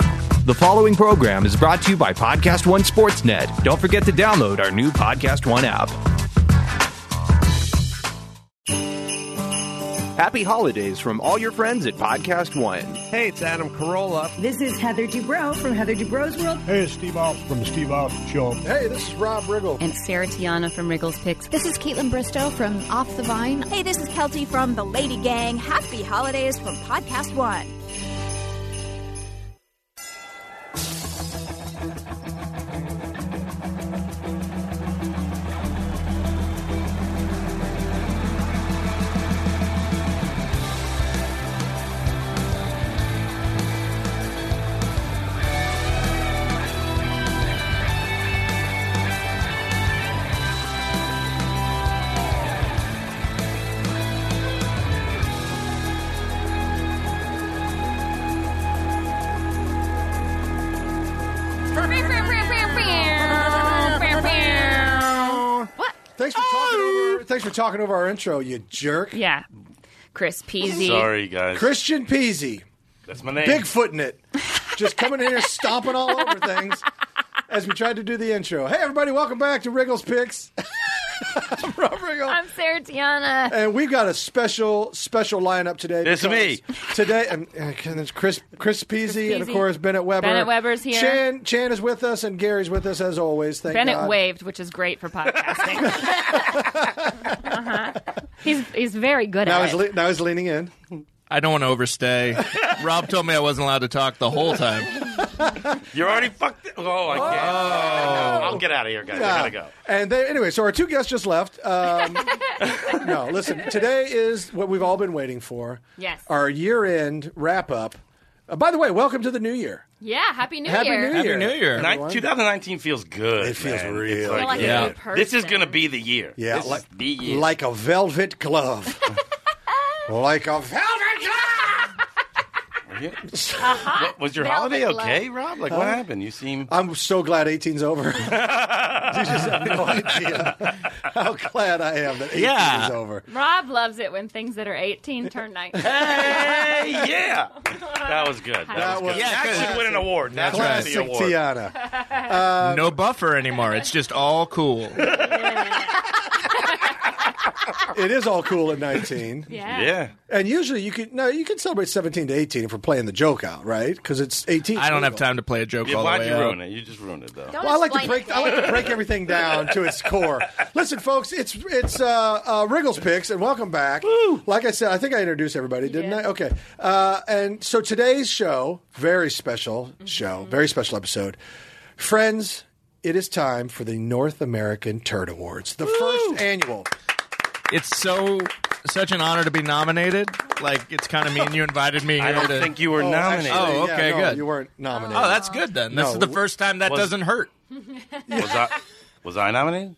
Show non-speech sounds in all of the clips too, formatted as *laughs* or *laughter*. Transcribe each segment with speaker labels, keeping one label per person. Speaker 1: The following program is brought to you by Podcast One Sportsnet. Don't forget to download our new Podcast One app. Happy holidays from all your friends at Podcast One.
Speaker 2: Hey, it's Adam Carolla.
Speaker 3: This is Heather Dubrow from Heather Dubrow's World.
Speaker 4: Hey, it's Steve Ops from the Steve Ops Show.
Speaker 5: Hey, this is Rob Riggle.
Speaker 6: And Sarah Tiana from Riggles Picks.
Speaker 7: This is Caitlin Bristow from Off the Vine.
Speaker 8: Hey, this is Kelty from The Lady Gang. Happy holidays from Podcast One.
Speaker 5: Thanks for talking. Over, thanks for talking over our intro, you jerk.
Speaker 6: Yeah. Chris Peasy.
Speaker 9: Sorry, guys.
Speaker 5: Christian Peasy,
Speaker 9: That's my name.
Speaker 5: Bigfoot in it, just coming in here stomping all over things as we tried to do the intro. Hey, everybody, welcome back to Wriggles Picks. I'm *laughs* Rob Riggle.
Speaker 6: I'm Sarah Tiana.
Speaker 5: and we've got a special, special lineup today.
Speaker 9: It's
Speaker 5: because
Speaker 9: me.
Speaker 5: Today, and, and it's Chris, Chris Peasy, and of
Speaker 6: Peasy.
Speaker 5: course Bennett Weber.
Speaker 6: Bennett Weber's here.
Speaker 5: Chan, Chan is with us, and Gary's with us as always. Thank
Speaker 6: Bennett
Speaker 5: God.
Speaker 6: waved, which is great
Speaker 5: *laughs*
Speaker 6: for podcasting. uh-huh. He's he's very good
Speaker 5: Now
Speaker 6: at
Speaker 5: he's,
Speaker 6: it.
Speaker 5: le- now he's leaning in.
Speaker 10: I don't want
Speaker 9: *laughs*
Speaker 10: to overstay. Rob told me I wasn't allowed to talk the whole time.
Speaker 5: *laughs*
Speaker 9: You're already fucked. Oh, I can't.
Speaker 5: Oh.
Speaker 9: I'll get out of here, guys. I gotta go.
Speaker 5: Ah. And they, anyway, so our two guests just left. Um, *laughs* no, listen, today is what we've all been waiting for.
Speaker 6: Yes.
Speaker 5: Our year end wrap up. Uh, by the way, welcome to the new year.
Speaker 6: yeah, Happy New
Speaker 5: Happy
Speaker 6: Year.
Speaker 5: New Year.
Speaker 10: Happy New Year.
Speaker 9: Nin- 2019 feels good.
Speaker 5: It feels
Speaker 9: man.
Speaker 5: real
Speaker 9: It's
Speaker 5: good.
Speaker 6: Like a
Speaker 10: Yeah.
Speaker 6: new person.
Speaker 9: This is gonna be the year.
Speaker 5: Yeah,
Speaker 9: This is
Speaker 5: like,
Speaker 9: the year.
Speaker 5: like a velvet glove. *laughs* like a velvet glove.
Speaker 9: Yeah. *laughs* What- *laughs* was your holiday
Speaker 6: Velvet glove.
Speaker 9: okay, Rob? Like, what happened? You seem.
Speaker 5: I'm so glad 18's over. *laughs* you just have no idea how glad I am that 18
Speaker 10: Yeah.
Speaker 5: is over.
Speaker 6: Rob loves it when things that are 18 turn 19.
Speaker 9: hey, yeah. That was good. That, was,
Speaker 5: was
Speaker 9: good. That should win an award. That's right.
Speaker 5: Classic
Speaker 9: the award.
Speaker 5: Tiana.
Speaker 10: no buffer anymore. It's just all cool.
Speaker 5: It is all cool at 19.
Speaker 6: Yeah.
Speaker 9: Yeah.
Speaker 5: And usually you can no, you can celebrate seventeen to eighteen if we're playing the joke out, right? Because it's eighteen.
Speaker 10: I don't have time to play a joke
Speaker 9: yeah
Speaker 10: all the
Speaker 9: why'd
Speaker 10: way
Speaker 9: you ruin
Speaker 10: out.
Speaker 9: it? You just ruined it, though.
Speaker 7: Don't
Speaker 5: Well, I like to
Speaker 7: explain
Speaker 5: break.
Speaker 7: it.
Speaker 5: I like to break everything down to its core. Listen, folks, it's it's uh, uh, Wriggles picks, and welcome back. Like I said, I think I introduced everybody, didn't
Speaker 6: did.
Speaker 5: I? Okay. Uh, and so today's show, very special
Speaker 9: Mm-hmm.
Speaker 5: show, very special episode, friends. It is time for the North American Turd Awards, the first annual.
Speaker 10: It's so such an honor to be nominated. Like it's kind of mean you invited me here
Speaker 9: I don't
Speaker 10: to.
Speaker 9: think you were nominated.
Speaker 10: actually- Oh, okay,
Speaker 5: no,
Speaker 10: good.
Speaker 5: You weren't nominated.
Speaker 10: oh, that's good then. This
Speaker 5: No,
Speaker 10: is the
Speaker 5: w-
Speaker 10: first time that
Speaker 9: was-
Speaker 10: doesn't hurt.
Speaker 9: was I? Was I nominated?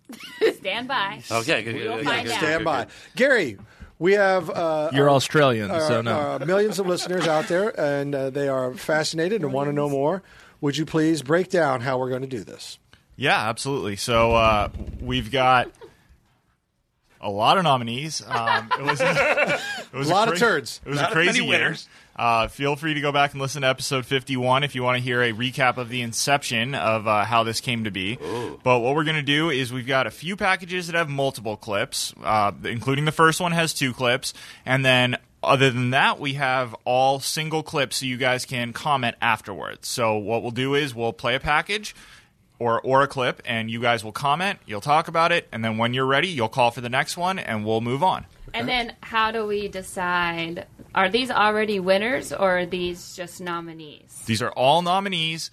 Speaker 6: *laughs* Stand by.
Speaker 9: Okay, good. good, good,
Speaker 6: find
Speaker 9: good,
Speaker 6: out.
Speaker 9: good,
Speaker 5: Stand
Speaker 9: good,
Speaker 5: by,
Speaker 9: good.
Speaker 5: Gary. We have uh,
Speaker 10: You're Australian, so
Speaker 5: There
Speaker 10: no.
Speaker 5: are millions of listeners out there, and uh, they are fascinated and want to know more. Would you please break down how we're going to do this?
Speaker 11: Yeah, absolutely. So uh, we've got a lot of nominees. Um, it
Speaker 10: *laughs*
Speaker 11: was, it
Speaker 5: *laughs*
Speaker 11: was
Speaker 5: A lot of
Speaker 11: cra-
Speaker 5: turds.
Speaker 11: It was
Speaker 9: Not
Speaker 11: a
Speaker 9: as
Speaker 11: crazy
Speaker 9: many
Speaker 11: year.
Speaker 9: winners.
Speaker 11: Uh, feel free to go back and listen to episode 51 if you want to hear a recap of the inception of uh, how this came to be. But what we're going to do is we've got a few packages that have multiple clips, uh, including the first one has two clips. And then other than that, we have all single clips so you guys can comment afterwards. So what we'll do is we'll play a package or or a clip and you guys will comment, you'll talk about it, and then when you're ready, you'll call for the next one and we'll move on.
Speaker 6: And then how do we decide are these already winners or are these just nominees?
Speaker 11: These are all nominees.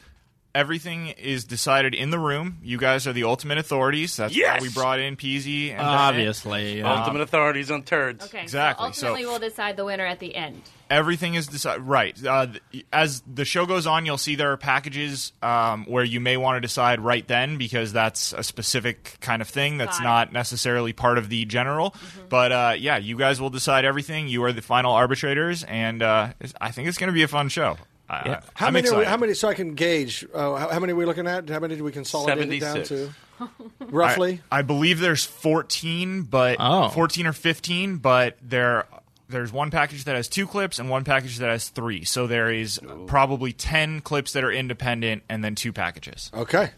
Speaker 11: Everything is decided in the room. You guys are the ultimate authorities. That's
Speaker 9: Yes!
Speaker 11: why we brought in Peasy and Bennett.
Speaker 10: Obviously, yeah.
Speaker 9: Ultimate authorities on turds.
Speaker 6: Okay.
Speaker 11: Exactly,
Speaker 6: So
Speaker 11: so-
Speaker 6: ultimately we'll decide the winner at the end.
Speaker 11: Everything is decided. Right. Uh, th- as the show goes on, you'll see there are packages um, where you may want to decide right then because that's a specific kind of thing that's
Speaker 6: Got it. Mm-hmm.
Speaker 11: not necessarily part of the general. But uh, yeah, you guys will decide everything. You are the final arbitrators, and uh, it's- I think it's going to be a fun show. I- I,
Speaker 5: How
Speaker 11: I'm
Speaker 5: many? Are we,
Speaker 11: excited.
Speaker 5: how many? So I can gauge. Uh, how, how many are we looking at? How many did we consolidate it
Speaker 9: 76.
Speaker 12: *laughs*
Speaker 5: down to? *laughs* Roughly.
Speaker 11: I, I believe there's 14, but
Speaker 10: Oh.
Speaker 11: 14 or 15, but there there's one package that has two clips and one package that has three. So there is probably ten clips that are independent and then two packages.
Speaker 5: Okay.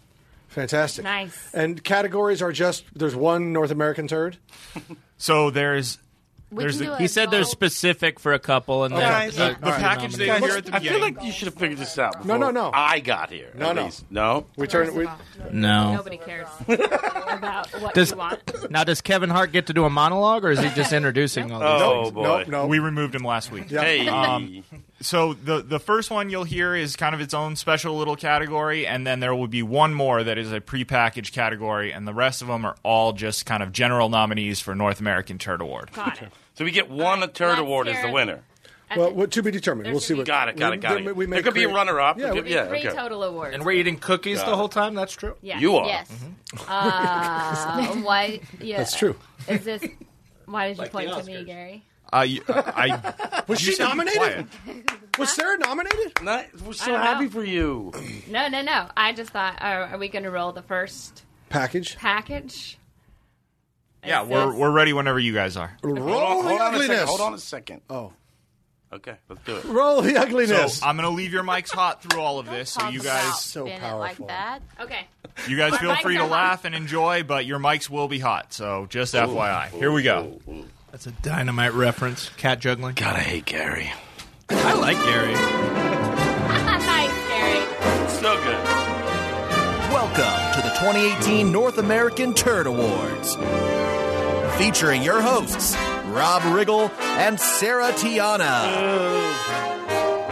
Speaker 5: Fantastic.
Speaker 12: Nice.
Speaker 5: And categories are just there's one North American turd.
Speaker 11: *laughs* So there's
Speaker 12: We
Speaker 11: There's
Speaker 12: can
Speaker 11: the-
Speaker 12: do
Speaker 11: he
Speaker 10: He
Speaker 12: a
Speaker 10: said there's
Speaker 12: vote.
Speaker 10: specific for a couple, and then
Speaker 11: the, the package that you hear at the
Speaker 9: I feel
Speaker 11: beginning.
Speaker 9: like you should have figured this out.
Speaker 5: No,
Speaker 9: Before
Speaker 5: no, no.
Speaker 9: I got here.
Speaker 5: No,
Speaker 9: at
Speaker 5: no.
Speaker 9: least. no.
Speaker 5: We turn we,
Speaker 10: no.
Speaker 12: Nobody cares about what
Speaker 10: Does-
Speaker 12: you want.
Speaker 10: Now, does Kevin Hart get to do a monologue, or is
Speaker 12: *laughs*
Speaker 10: he just introducing all these?
Speaker 9: Oh
Speaker 10: things?
Speaker 9: boy.
Speaker 5: Nope, no.
Speaker 11: we removed him last week.
Speaker 5: Yeah. Um,
Speaker 9: Hey.
Speaker 11: Um, So the the first one you'll hear is kind of its own special little category, and then there will be one more that is a prepackaged category, and the rest of them are all just kind of general nominees for North American Turd Award.
Speaker 12: Got it.
Speaker 9: so we get one turd
Speaker 12: Let's
Speaker 9: award as
Speaker 12: hear
Speaker 9: the
Speaker 12: it.
Speaker 9: winner.
Speaker 5: well, what to be determined. We'll see what
Speaker 9: Got it. Got it. Got
Speaker 5: we-
Speaker 9: it.
Speaker 5: we may
Speaker 9: there could be a
Speaker 5: create-
Speaker 9: runner-up.
Speaker 5: Yeah,
Speaker 9: There
Speaker 5: we-
Speaker 9: could- yeah.
Speaker 12: Three
Speaker 9: okay.
Speaker 12: total awards.
Speaker 10: And we're eating cookies the whole time. That's true.
Speaker 12: yeah.
Speaker 9: You are.
Speaker 12: Yes. Uh, why? Yeah.
Speaker 5: That's true.
Speaker 12: Is this? Why did you point
Speaker 10: the
Speaker 12: to me,
Speaker 10: Oscars.
Speaker 12: Gary?
Speaker 11: Uh,
Speaker 5: *laughs*
Speaker 11: you- I,
Speaker 9: *laughs*
Speaker 5: Was she nominated? Was Sarah nominated?
Speaker 9: Not- we're
Speaker 12: I
Speaker 9: so
Speaker 12: don't
Speaker 9: happy
Speaker 12: know.
Speaker 9: for you.
Speaker 12: No, no, no. I just thought, are, are we going to roll the first
Speaker 5: Package.
Speaker 12: package?
Speaker 11: yeah,
Speaker 12: Is
Speaker 11: we're
Speaker 12: this-
Speaker 11: we're ready whenever you guys are.
Speaker 5: Roll
Speaker 9: Hold on,
Speaker 5: the
Speaker 9: hold on a
Speaker 5: ugliness.
Speaker 9: second. Hold on a second.
Speaker 5: Oh.
Speaker 9: Okay, let's do it.
Speaker 5: Roll the ugliness.
Speaker 11: So I'm gonna leave your mics hot through all of this, so
Speaker 12: talk
Speaker 11: you
Speaker 12: about-
Speaker 11: guys
Speaker 5: So
Speaker 8: Spin it
Speaker 5: powerful.
Speaker 8: like that.
Speaker 12: Okay.
Speaker 11: you guys feel
Speaker 12: mics
Speaker 11: free
Speaker 12: are
Speaker 11: to
Speaker 12: hot. *laughs*
Speaker 11: laugh and enjoy, but your mics will be hot. So just FYI, here we go.
Speaker 10: That's a dynamite reference. Cat juggling.
Speaker 9: God, I hate Gary.
Speaker 10: I like Gary.
Speaker 12: nice, Gary.
Speaker 9: So good.
Speaker 1: Welcome to the 2018 North American Turd Awards. Featuring your hosts, Rob Riggle and Sarah Tiana.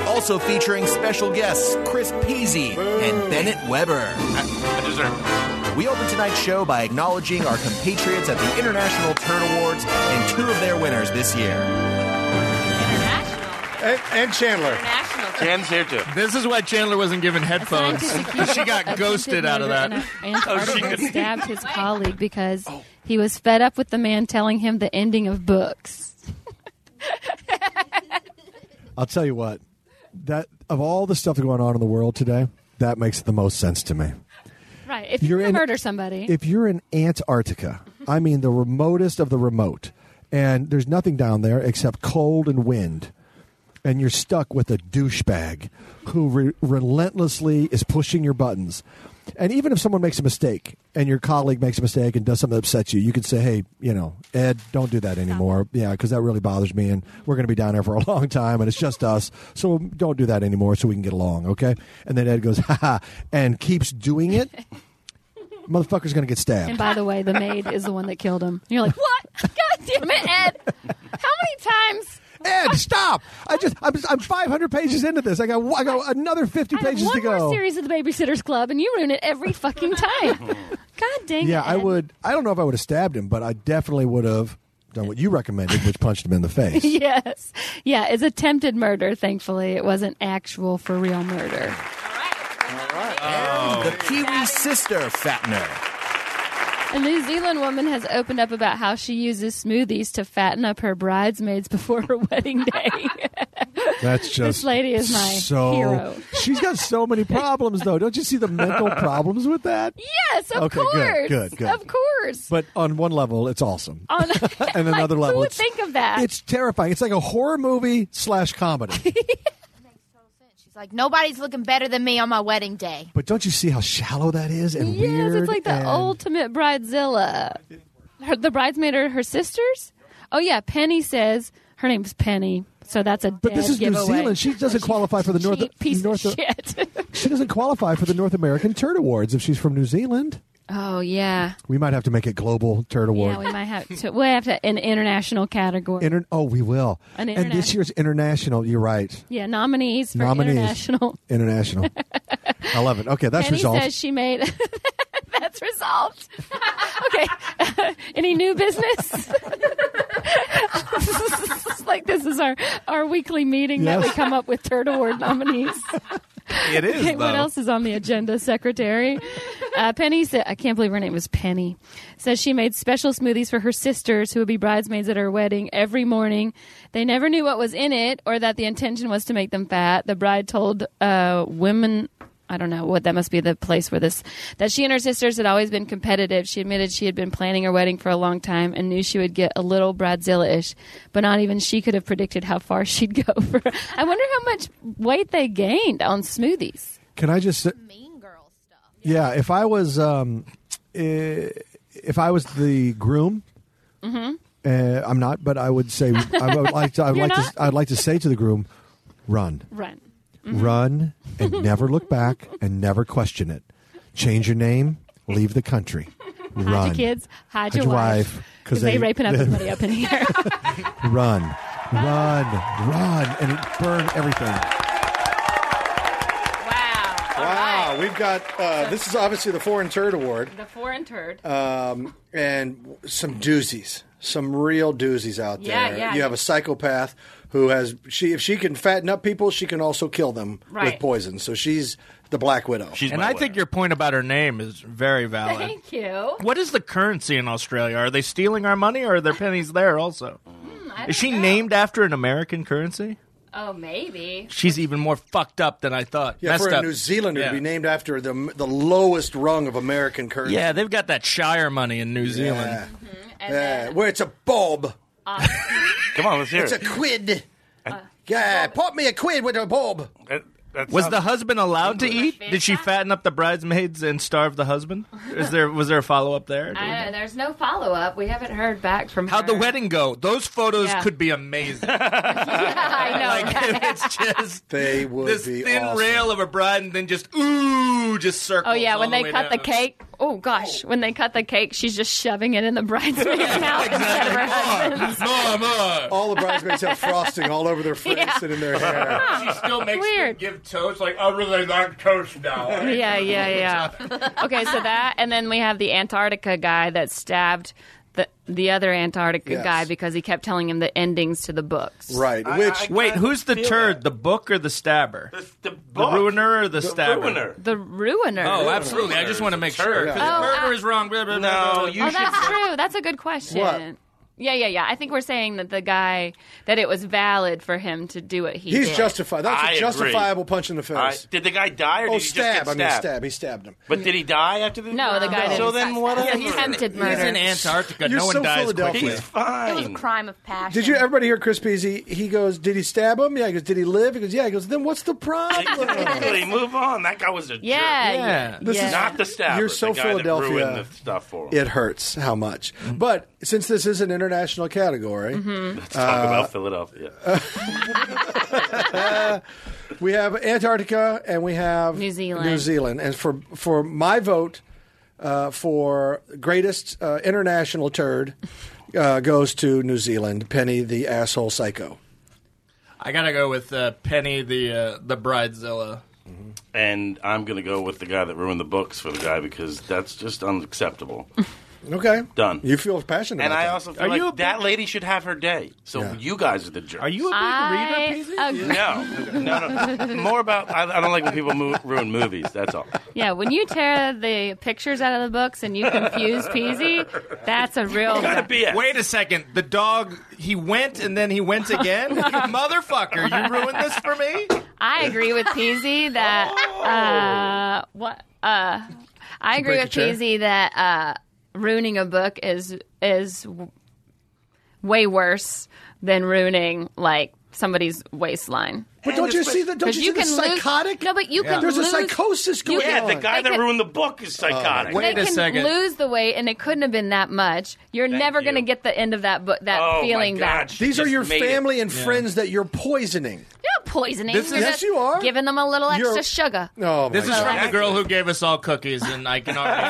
Speaker 1: Also featuring special guests Chris Peasy and Bennett Weber.
Speaker 9: I deserve.
Speaker 1: We open tonight's show by acknowledging our compatriots at the International Turd Awards and two of their winners this year.
Speaker 12: International.
Speaker 5: and, and Chandler.
Speaker 12: International.
Speaker 9: Dan's here too.
Speaker 10: This is why Chandler wasn't given headphones. *laughs* she got ghosted out of that.
Speaker 5: Oh,
Speaker 9: could-
Speaker 6: stabbed his colleague because he was fed up with the man telling him the ending of books.
Speaker 5: I'll tell you what. That of all the stuff that's going on in the world today, that makes the most sense to me.
Speaker 6: Right. If
Speaker 5: You're
Speaker 6: you're,
Speaker 5: in-
Speaker 6: murder somebody,
Speaker 5: If you're in Antarctica, I mean the remotest of the remote, and there's nothing down there except cold and wind, and you're stuck with a douchebag who re- relentlessly is pushing your buttons. And even if someone makes a mistake and your colleague makes a mistake and does something that upsets you, you can say, hey, you know, Ed, don't do that anymore. Yeah, because that really bothers me. And we're going to be down there for a *laughs* long time and it's just us. So don't do that anymore so we can get along, okay? And then Ed goes, ha ha, and keeps doing
Speaker 6: *laughs*
Speaker 5: it. Motherfucker's going to get stabbed.
Speaker 6: and by the way, the maid is the one that killed him. You're like,
Speaker 12: What? God damn it, Ed. How many times?
Speaker 5: Ed, stop! I just I'm, I'm 500 pages into this. I got I got another 50
Speaker 6: I have
Speaker 5: pages
Speaker 6: one
Speaker 5: to go.
Speaker 6: more series of the Babysitters Club, and you ruin it every fucking time. God dang
Speaker 5: yeah,
Speaker 6: it,
Speaker 5: I
Speaker 6: Ed.
Speaker 5: would. I don't know if I would have stabbed him, but I definitely would have done what you recommended, which punched him in the
Speaker 6: *laughs*
Speaker 5: face.
Speaker 6: Yes. Yeah, it's attempted murder, thankfully. It wasn't actual for real murder.
Speaker 12: All right. Oh.
Speaker 1: And the Kiwi Sister Fattener.
Speaker 6: A New Zealand woman has opened up about how she uses smoothies to fatten up her bridesmaids before her *laughs* wedding day.
Speaker 5: That's just
Speaker 6: This lady is my
Speaker 5: so.
Speaker 6: hero.
Speaker 5: She's got so many problems, though. Don't you see the
Speaker 6: *laughs*
Speaker 5: mental problems with that?
Speaker 6: yes, of
Speaker 5: Okay, good,
Speaker 6: course.
Speaker 5: good, good.
Speaker 6: Of course.
Speaker 5: But on one level, it's awesome, *laughs*
Speaker 6: On-
Speaker 5: and
Speaker 6: like,
Speaker 5: another level,
Speaker 6: who would
Speaker 5: it's,
Speaker 6: think of that?
Speaker 5: It's terrifying. It's like a horror movie slash comedy.
Speaker 6: *laughs*
Speaker 8: She's like, nobody's looking better than me on my wedding day.
Speaker 5: but don't you see how shallow that is and
Speaker 6: yes,
Speaker 5: weird?
Speaker 6: it's like the
Speaker 5: and-
Speaker 6: ultimate bridezilla. Her, the bridesmaid are her sisters? Oh, yeah, Penny says her name's Penny. So that's a
Speaker 5: But this
Speaker 6: dead
Speaker 5: is New
Speaker 6: giveaway.
Speaker 5: Zealand. She doesn't qualify for the North-
Speaker 6: Cheap piece
Speaker 5: North-
Speaker 6: of shit. *laughs*
Speaker 5: She doesn't qualify for the North American Turd Awards if she's from New Zealand.
Speaker 6: oh yeah,
Speaker 5: We might have to make it global Turd Award.
Speaker 6: yeah. We might have to. We have to an international category.
Speaker 5: Inter- oh, we will.
Speaker 6: An
Speaker 5: and this
Speaker 6: interna-
Speaker 5: year's international. You're right.
Speaker 6: yeah, nominees for
Speaker 5: Nominees.
Speaker 6: international.
Speaker 5: International. I love it. Okay, that's
Speaker 6: Penny
Speaker 5: resolved.
Speaker 6: says she made. *laughs* that's resolved. *laughs* okay. Any new business? *laughs* It's like this is our our weekly meeting that we
Speaker 5: Yes.
Speaker 6: come up with turd award nominees.
Speaker 10: It is.
Speaker 6: Okay, what
Speaker 10: though.
Speaker 6: else is on the agenda, Secretary? Uh, Penny said, I can't believe her name was Penny, says she made special smoothies for her sisters who would be bridesmaids at her wedding every morning. They never knew what was in it or that the intention was to make them fat. The bride told uh, women. I I don't know what that must be the place where this that she and her sisters had always been competitive. She admitted she had been planning her wedding for a long time and knew she would get a little Bradzilla-ish, but not even she could have predicted how far *laughs* she'd go. For I wonder how much weight they gained on smoothies.
Speaker 13: Can I just mean girl stuff? Yeah, if I was um, i- if I was the groom,
Speaker 6: Mm-hmm.
Speaker 13: uh, I'm not, but I would say I would like to. I would
Speaker 6: *laughs* You're
Speaker 13: like
Speaker 6: not?
Speaker 13: to. I'd like to say to the groom, run,
Speaker 6: Run. Mm-hmm.
Speaker 13: run, and never look back and never question it. Change your name, leave the country, run.
Speaker 6: Hide your kids. Hide, your, wife. Because they, raping *laughs* everybody up in
Speaker 1: *laughs*
Speaker 6: here.
Speaker 13: Run, run, run, and it burn everything.
Speaker 5: Wow, we've got uh, this is obviously the Foreign Turd Award,
Speaker 1: The foreign turd.
Speaker 5: um, and some doozies, some real doozies out there.
Speaker 1: Yeah, yeah.
Speaker 5: You have a psychopath who has she if she can fatten up people, she can also kill them
Speaker 6: Right.
Speaker 5: with poison. So she's the Black Widow.
Speaker 10: and I think your point about her name is very valid.
Speaker 6: Thank you.
Speaker 10: What is the currency in Australia? Are they stealing our money or are there pennies there also?
Speaker 1: Hmm, I
Speaker 10: Is
Speaker 1: don't
Speaker 10: she
Speaker 1: know.
Speaker 10: named after an American currency?
Speaker 1: Oh, maybe.
Speaker 10: She's even more fucked up than I thought.
Speaker 5: yeah,
Speaker 10: Messed
Speaker 5: for a
Speaker 10: up.
Speaker 5: New Zealander
Speaker 10: Yeah.
Speaker 5: to be named after the the lowest rung of American currency.
Speaker 10: Yeah, they've got that Shire money in New Zealand.
Speaker 5: Yeah, Uh, where it's a bob.
Speaker 9: Come on, let's hear
Speaker 5: It's a
Speaker 9: it.
Speaker 5: quid. yeah, pop me a quid with a bob.
Speaker 10: Was the husband allowed to eat? Did she fatten up the bridesmaids and starve the husband? Is there was there a follow up there?
Speaker 1: I, there's no follow up. We haven't heard back from
Speaker 10: How'd
Speaker 1: her.
Speaker 6: Mm-hmm.
Speaker 10: the wedding go? Those photos
Speaker 1: Yeah.
Speaker 6: *laughs*
Speaker 10: could be amazing.
Speaker 1: I know.
Speaker 10: Like,
Speaker 1: right?
Speaker 10: it's just
Speaker 5: *laughs* They would
Speaker 10: this
Speaker 5: be
Speaker 10: thin
Speaker 5: awesome.
Speaker 10: rail of a bride, and then just ooh, just circle.
Speaker 6: Oh yeah, when they cut the cake. Oh gosh, when they cut the cake, she's just shoving it in
Speaker 10: *laughs*
Speaker 6: the bridesmaid's mouth instead of her
Speaker 9: *laughs*
Speaker 6: husband's.
Speaker 5: All the bridesmaids have frosting all over their face
Speaker 6: Yeah.
Speaker 5: and in their
Speaker 10: *laughs*
Speaker 5: hair.
Speaker 9: She still makes
Speaker 6: Weird.
Speaker 9: them give toast. Like, I really like toast now.
Speaker 6: *laughs*
Speaker 10: *laughs*
Speaker 6: Yeah, yeah, yeah. Okay, so that, and then we have the Antarctica guy that stabbed the the other Antarctica
Speaker 10: Yes.
Speaker 6: guy because he kept telling him the endings to the books.
Speaker 5: Right.
Speaker 10: Which wait, who's the turd? The book or the stabber? The, ruiner or the, stabber?
Speaker 6: The ruiner.
Speaker 10: Oh, absolutely. I just want to make sure. 'cause
Speaker 6: Oh,
Speaker 10: murder is wrong. Blah, blah, blah, blah,
Speaker 9: No,
Speaker 10: blah.
Speaker 9: you
Speaker 6: oh,
Speaker 9: should.
Speaker 6: that's true. That's a good question.
Speaker 9: What?
Speaker 6: Yeah, yeah, yeah. I think we're saying that the guy that it was valid for him to do what he
Speaker 5: He's
Speaker 6: did.
Speaker 5: justified. That's a
Speaker 9: I agree.
Speaker 5: justifiable punch in the face.
Speaker 9: All right. Did the guy die or
Speaker 5: oh,
Speaker 9: did he
Speaker 5: stab!
Speaker 9: just get
Speaker 5: I mean,
Speaker 9: stabbed?
Speaker 5: stab. He stabbed him.
Speaker 9: But did he die after the?
Speaker 6: Oh, No, the guy
Speaker 9: So
Speaker 6: didn't.
Speaker 9: then what?
Speaker 6: Yeah, he's attempted murder.
Speaker 10: in Antarctica.
Speaker 5: You're
Speaker 10: no
Speaker 5: so
Speaker 10: one dies quickly.
Speaker 5: Philadelphia.
Speaker 10: He's
Speaker 9: fine.
Speaker 8: It was a crime of passion.
Speaker 5: Did you everybody hear Chris Peasy? He goes, "Did he stab him?" Yeah. He goes, "Did he live?" He goes, "Yeah." He goes, "Then what's the
Speaker 9: *laughs*
Speaker 5: problem?"
Speaker 9: Exactly. Move on. That guy was a jerk.
Speaker 5: Yeah, yeah,
Speaker 9: This
Speaker 5: yeah.
Speaker 9: is not the stabber.
Speaker 5: You're so
Speaker 9: the guy
Speaker 5: Philadelphia.
Speaker 9: That ruined the stuff for him.
Speaker 5: it hurts how much. But since this is an international category,
Speaker 9: Mhm. Mm-hmm. Let's talk
Speaker 5: uh,
Speaker 9: about Philadelphia.
Speaker 5: we have Antarctica and we have
Speaker 6: New Zealand.
Speaker 5: New Zealand, and for for my vote uh, for greatest uh, international turd uh, goes to New Zealand. Penny the asshole psycho.
Speaker 10: I gotta go with uh, Penny the uh, the bridezilla.
Speaker 5: Mm-hmm.
Speaker 9: And I'm going to go with the guy that ruined the books for the guy because that's just unacceptable.
Speaker 5: Okay,
Speaker 9: Done.
Speaker 5: You feel passionate,
Speaker 9: and
Speaker 5: about
Speaker 9: I
Speaker 5: that.
Speaker 9: also feel like that lady should have her day. So you guys are the jerks. Are
Speaker 10: you
Speaker 6: I agree.
Speaker 9: No, no, no. More about I, I don't like when people mo- ruin movies. That's all.
Speaker 6: *laughs* Yeah, when you tear the pictures out of the books and you confuse Peasy, that's a real.
Speaker 10: Wait a second. The dog. He went and then he went again. you motherfucker! You ruined this for me. Oh.
Speaker 6: I agree with Peasy that uh, what uh, I agree
Speaker 10: break a
Speaker 6: with
Speaker 10: chair?
Speaker 6: Peasy that uh, ruining a book is is w- way worse than ruining like somebody's waistline.
Speaker 5: But don't you see the don't
Speaker 6: 'Cause
Speaker 5: you, see the
Speaker 6: can lose-
Speaker 5: psychotic?
Speaker 6: no, but you can
Speaker 5: There's
Speaker 6: lose,
Speaker 5: a psychosis
Speaker 6: you
Speaker 5: going on.
Speaker 6: can-
Speaker 5: Oh,
Speaker 9: Yeah, the guy
Speaker 6: They
Speaker 9: that
Speaker 6: can-
Speaker 9: ruined the book is psychotic.
Speaker 6: they can lose the weight, and it couldn't have been that much. You're never going to get the end of that book, that
Speaker 9: Oh, my
Speaker 6: feeling back.
Speaker 9: God.
Speaker 5: These are
Speaker 9: Just
Speaker 5: your
Speaker 9: made
Speaker 5: family
Speaker 9: it.
Speaker 5: and
Speaker 9: Yeah.
Speaker 5: friends that you're poisoning.
Speaker 6: You're not poisoning.
Speaker 10: This is-
Speaker 6: You're
Speaker 10: Yes,
Speaker 6: just
Speaker 10: you are.
Speaker 6: Giving them a little extra
Speaker 10: You're-
Speaker 6: sugar.
Speaker 5: No,
Speaker 10: this is from the girl who gave us all cookies, and I can already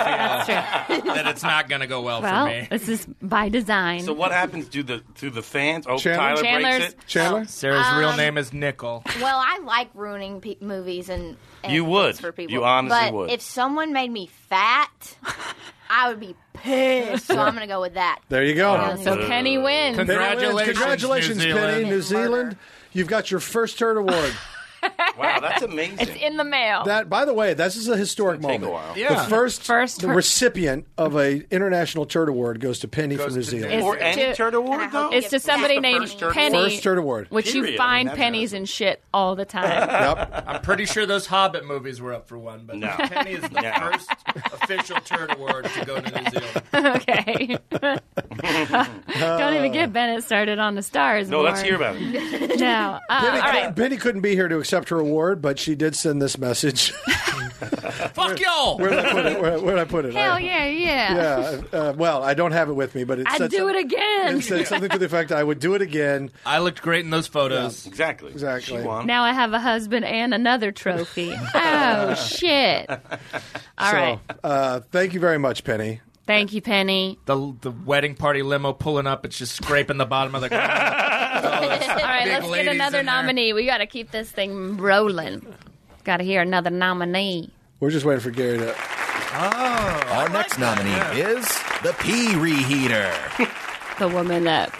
Speaker 10: feel that it's not going to go well,
Speaker 6: Well,
Speaker 10: for me.
Speaker 6: this is by design.
Speaker 9: So what
Speaker 10: *laughs*
Speaker 9: happens to the to the fans? Oh,
Speaker 10: Chandler?
Speaker 9: Tyler
Speaker 10: Chandler's-
Speaker 9: breaks it.
Speaker 5: Chandler.
Speaker 10: Sarah's real
Speaker 8: Um,
Speaker 10: name is Nickel.
Speaker 8: Well, I like ruining pe- movies and, and
Speaker 10: You would.
Speaker 8: things for people.
Speaker 10: You honestly
Speaker 8: but
Speaker 10: would.
Speaker 8: if someone made me
Speaker 5: *laughs*
Speaker 8: fat, I would be pissed. so I'm gonna go with that.
Speaker 5: There you go.
Speaker 8: Yeah, so Uh,
Speaker 6: Penny wins.
Speaker 5: Penny wins.
Speaker 8: Congratulations,
Speaker 5: Congratulations,
Speaker 8: New
Speaker 5: Penny,
Speaker 8: Zealand.
Speaker 5: New Zealand. You've got your first turd award.
Speaker 9: Wow, that's amazing.
Speaker 14: It's in the mail.
Speaker 5: That, by the way, this is a historic
Speaker 9: take a
Speaker 5: moment.
Speaker 9: while.
Speaker 14: Yeah.
Speaker 5: The first,
Speaker 14: First
Speaker 5: the
Speaker 14: per-
Speaker 5: recipient of a international turd award goes to Penny from New
Speaker 14: It's
Speaker 5: Zealand.
Speaker 14: to- It's to somebody named Penny.
Speaker 5: First turd award.
Speaker 14: Which you
Speaker 5: Period.
Speaker 14: find
Speaker 5: That's
Speaker 14: pennies and shit all the
Speaker 5: *laughs*
Speaker 14: time.
Speaker 5: Yep.
Speaker 10: I'm pretty sure those Hobbit movies were up for one, but
Speaker 9: No.
Speaker 10: Penny is the
Speaker 9: No.
Speaker 10: first official turd award to go to New Zealand.
Speaker 6: *laughs* okay. *laughs* Don't even get Bennett started on the stars.
Speaker 9: No, let's
Speaker 6: Warren.
Speaker 9: hear about it.
Speaker 6: *laughs* no. Uh, all
Speaker 5: Penny, cou-
Speaker 6: right.
Speaker 5: Penny couldn't be here to accept her award, but she did send this message.
Speaker 10: Fuck
Speaker 5: *laughs*
Speaker 10: y'all!
Speaker 5: Where did I put it? Where, where did I put it?
Speaker 6: Oh. Hell
Speaker 5: I-
Speaker 6: yeah, yeah.
Speaker 5: Yeah. Uh, well, I don't have it with me, but it
Speaker 6: *laughs* I'd
Speaker 5: said
Speaker 6: do
Speaker 5: some-
Speaker 6: it again.
Speaker 5: It said
Speaker 9: *laughs*
Speaker 5: something to the effect I would do it again.
Speaker 10: I looked great in those photos.
Speaker 9: Exactly.
Speaker 5: Exactly.
Speaker 6: Now I have a husband and another trophy.
Speaker 9: *laughs*
Speaker 6: oh shit! All
Speaker 5: so,
Speaker 6: right.
Speaker 5: uh, thank you very much, Penny.
Speaker 6: Thank you, Penny.
Speaker 10: The the wedding party limo pulling up, it's just scraping the bottom of the ground.
Speaker 6: *laughs* All right,
Speaker 10: Big
Speaker 6: let's get
Speaker 10: ladies
Speaker 6: another
Speaker 10: in there.
Speaker 6: nominee. We got to keep this thing rolling. Got to hear another nominee.
Speaker 5: We're just waiting for Gary to.
Speaker 1: Our next nominee is the pee reheater.
Speaker 6: The woman that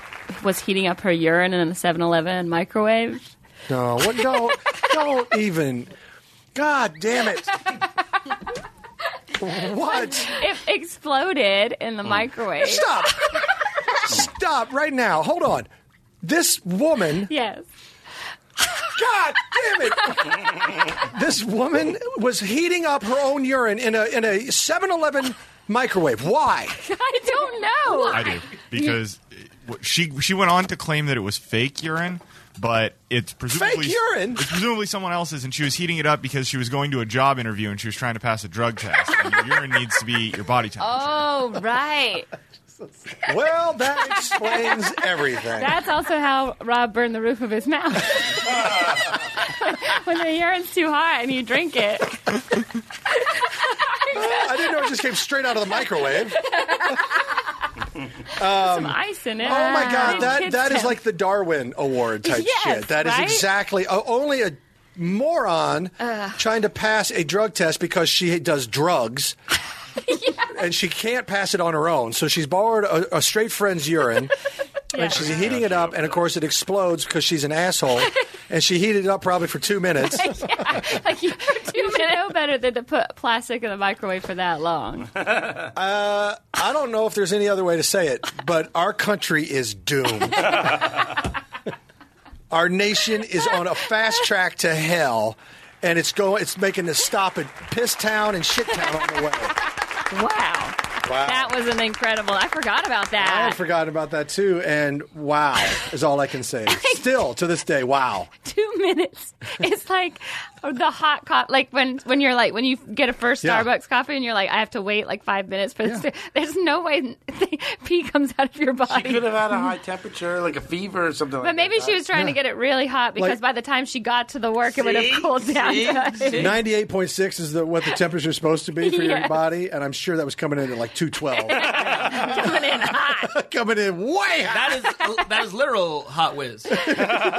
Speaker 6: was heating up her urine in a 7-Eleven microwave.
Speaker 5: No, what, don't, don't even. God damn it. What?
Speaker 6: *laughs* It exploded in the microwave.
Speaker 5: Stop! Stop right now. Hold on. This woman,
Speaker 6: Yes. *laughs*
Speaker 5: God damn it! This woman was heating up her own urine in a in a 7-Eleven microwave. Why?
Speaker 6: I don't know.
Speaker 11: I do because uh, she she went on to claim that it was fake urine, but it's presumably
Speaker 5: Fake urine?
Speaker 11: It's presumably someone else's, and she was heating it up because she was going to a job interview and she was trying to pass a drug test. and your urine needs to be your body temperature.
Speaker 6: Oh, right.
Speaker 5: Well, that explains everything.
Speaker 6: That's also how Rob burned the roof of his mouth. *laughs* when the urine's too hot and you drink it.
Speaker 5: I didn't know it just came straight out of the microwave.
Speaker 6: *laughs* some ice in it.
Speaker 5: Oh my god, that
Speaker 6: Kids
Speaker 5: that is
Speaker 6: tell-
Speaker 5: like the Darwin Award type
Speaker 6: Yes,
Speaker 5: shit. That is
Speaker 6: right?
Speaker 5: exactly uh, only a moron trying to pass a drug test because she does
Speaker 6: *laughs*
Speaker 5: drugs. And she can't pass it on her own, so she's borrowed a, a straight friend's
Speaker 6: *laughs*
Speaker 5: urine, and she's heating it up, and of course it explodes because she's an
Speaker 6: *laughs*
Speaker 5: asshole, and she heated it up probably for two minutes.
Speaker 6: like you, you should know better than to put plastic in the microwave for that long.
Speaker 5: *laughs* Uh, I don't know if there's any other way to say it, but our country is doomed. our nation is on a fast track to hell, and it's going. It's making a stop at piss town and shit town on the way.
Speaker 6: Wow. That was an incredible. I forgot about
Speaker 5: I
Speaker 6: that.
Speaker 5: had forgotten about that too, and wow is all I can
Speaker 6: *laughs*
Speaker 5: say. Still to this day, wow.
Speaker 6: *laughs* Two minutes. It's like the hot co Like when when you're like when you get a first
Speaker 5: Yeah.
Speaker 6: Starbucks coffee and you're like, I have to wait like five minutes for this. to- There's no way *laughs* pee comes out of your
Speaker 9: She
Speaker 6: body.
Speaker 9: could have had a high temperature, like a fever or something.
Speaker 6: *laughs* But maybe she was trying to get it really hot because
Speaker 5: Like-
Speaker 6: by the time she got to the work, it would
Speaker 9: See?
Speaker 6: have cooled down.
Speaker 9: See?
Speaker 6: to-
Speaker 9: See?
Speaker 5: Ninety-eight point six is the, what the temperature is supposed to be for
Speaker 6: *laughs*
Speaker 5: your
Speaker 6: Yes.
Speaker 5: body, and I'm sure that was coming in at like two
Speaker 6: *laughs*
Speaker 5: twelve,
Speaker 6: *laughs* coming in hot.
Speaker 5: coming in way high.
Speaker 10: That is that is literal hot
Speaker 6: *laughs*
Speaker 10: whiz.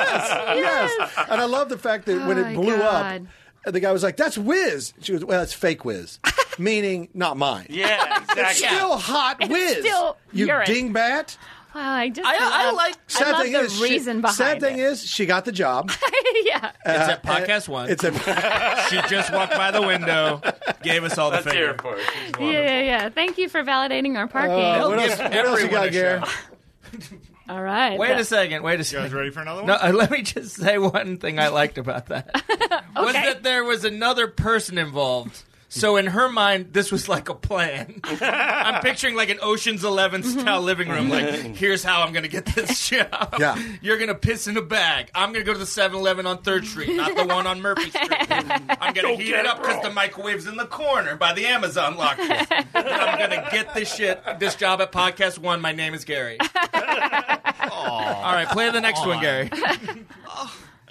Speaker 5: yes. And I love the fact that when
Speaker 6: Oh,
Speaker 5: it blew
Speaker 6: God.
Speaker 5: up, the guy was like, "That's whiz." She goes, "Well, that's fake
Speaker 6: *laughs*
Speaker 5: whiz," meaning not mine.
Speaker 9: Yeah,
Speaker 5: It's
Speaker 9: exactly.
Speaker 5: still hot whiz.
Speaker 6: still
Speaker 5: you
Speaker 6: urine.
Speaker 5: dingbat.
Speaker 6: Wow, I just
Speaker 10: I- I
Speaker 6: love-
Speaker 10: like-
Speaker 6: I
Speaker 5: Sad
Speaker 6: love
Speaker 5: thing
Speaker 6: *laughs* the
Speaker 5: is,
Speaker 6: reason
Speaker 5: she,
Speaker 6: behind
Speaker 5: sad thing
Speaker 6: it.
Speaker 5: is, she got the
Speaker 6: *laughs*
Speaker 5: job.
Speaker 6: yeah.
Speaker 10: it's at podcast one.
Speaker 5: Uh, It's a
Speaker 10: *laughs*
Speaker 15: She just walked by the window, gave us all the
Speaker 9: That's
Speaker 15: finger.
Speaker 9: here for
Speaker 6: yeah, yeah, yeah. Thank you for validating our parking.
Speaker 5: uh,
Speaker 10: They'll
Speaker 5: what else,
Speaker 10: give
Speaker 5: what else you
Speaker 10: everyone
Speaker 5: got,
Speaker 10: a
Speaker 5: Gary?
Speaker 10: shot.
Speaker 6: All right.
Speaker 10: Wait a
Speaker 6: That-
Speaker 10: second. Wait a
Speaker 11: You guys
Speaker 10: second.
Speaker 11: ready for another one?
Speaker 10: No, uh, let me just say one thing I liked about that was
Speaker 6: Okay.
Speaker 10: that there was another person involved. So in her mind, this was like
Speaker 9: *laughs*
Speaker 10: a plan. I'm picturing like an Ocean's Eleven
Speaker 6: Mm-hmm.
Speaker 10: style living room.
Speaker 6: *laughs*
Speaker 10: Like, here's how I'm gonna get this job.
Speaker 5: Yeah.
Speaker 10: you're gonna piss in a bag. I'm gonna go to the 7-Eleven on Third Street, not the one on Murphy Street.
Speaker 6: *laughs*
Speaker 10: I'm gonna
Speaker 9: Don't
Speaker 10: heat
Speaker 9: get
Speaker 10: it
Speaker 9: it
Speaker 10: up because the
Speaker 9: wrong.
Speaker 10: microwave's in the corner by the Amazon locker. Then I'm gonna get this shit, this job at Podcast One. My name is
Speaker 6: *laughs*
Speaker 10: Gary. All right, play the next one, Gary.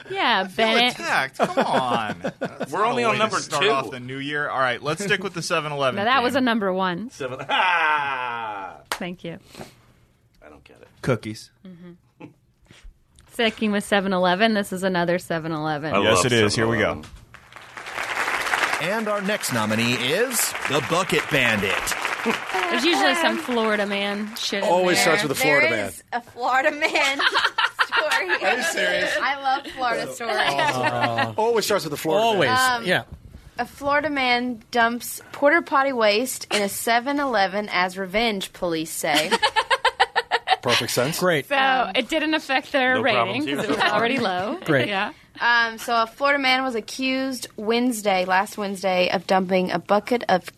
Speaker 6: Yeah, Bennett.
Speaker 11: Attacked. Come on. That's
Speaker 9: We're
Speaker 11: not a
Speaker 9: only on
Speaker 11: way to
Speaker 9: number
Speaker 11: start
Speaker 9: two.
Speaker 11: off the new year. All right, let's stick with the 7-Eleven.
Speaker 6: Now that was a
Speaker 11: theme.
Speaker 6: number one.
Speaker 9: Seven. Ah!
Speaker 6: *laughs* Thank you.
Speaker 9: I don't get it.
Speaker 10: Cookies.
Speaker 6: Sticking with 7 Eleven, this is another 7 Eleven.
Speaker 11: Yes,
Speaker 9: love
Speaker 11: it is. Here we go.
Speaker 9: 7-Eleven.
Speaker 1: And our next nominee is the bucket bandit.
Speaker 6: There's usually some Florida man shit. in
Speaker 5: Always
Speaker 6: there.
Speaker 5: starts with a Florida
Speaker 16: there
Speaker 5: man.
Speaker 6: *laughs*
Speaker 16: is a Florida man
Speaker 8: story.
Speaker 5: Are you serious?
Speaker 8: *laughs* I love Florida stories.
Speaker 6: Uh,
Speaker 5: *laughs* Always starts with the Florida.
Speaker 10: Always,
Speaker 8: Um, A Florida man dumps porter potty waste in a 7 Eleven as revenge, police say.
Speaker 5: Perfect sense.
Speaker 17: Great.
Speaker 6: So
Speaker 5: Uh,
Speaker 6: it didn't affect their
Speaker 8: No
Speaker 6: rating
Speaker 8: problems here.
Speaker 6: because it was already low.
Speaker 17: Great.
Speaker 6: *laughs* Yeah.
Speaker 8: Um, so a Florida man was accused Wednesday, last Wednesday, of dumping a bucket of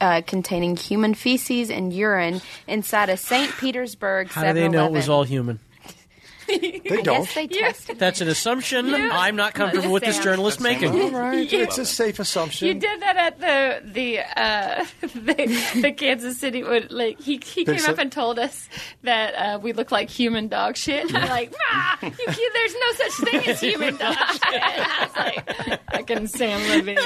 Speaker 8: uh, containing human feces and urine inside a St. Petersburg.
Speaker 17: How do they know it was all human?
Speaker 8: *laughs* They
Speaker 17: don't.
Speaker 8: Yes, they
Speaker 6: *laughs*
Speaker 8: tested.
Speaker 17: That's an assumption
Speaker 8: You-
Speaker 17: I'm not comfortable with this
Speaker 8: Sam.
Speaker 17: journalist making.
Speaker 5: All right,
Speaker 6: You-
Speaker 5: it's a safe assumption.
Speaker 6: You did that at the the uh, *laughs* the, the Kansas City. Would, like he, he
Speaker 5: Big
Speaker 6: came
Speaker 5: si-
Speaker 6: up and told us that uh, we look like human dog shit. And we're like, ah, you, you- there's no such thing as human dog shit. I was like, fucking Sam Levine.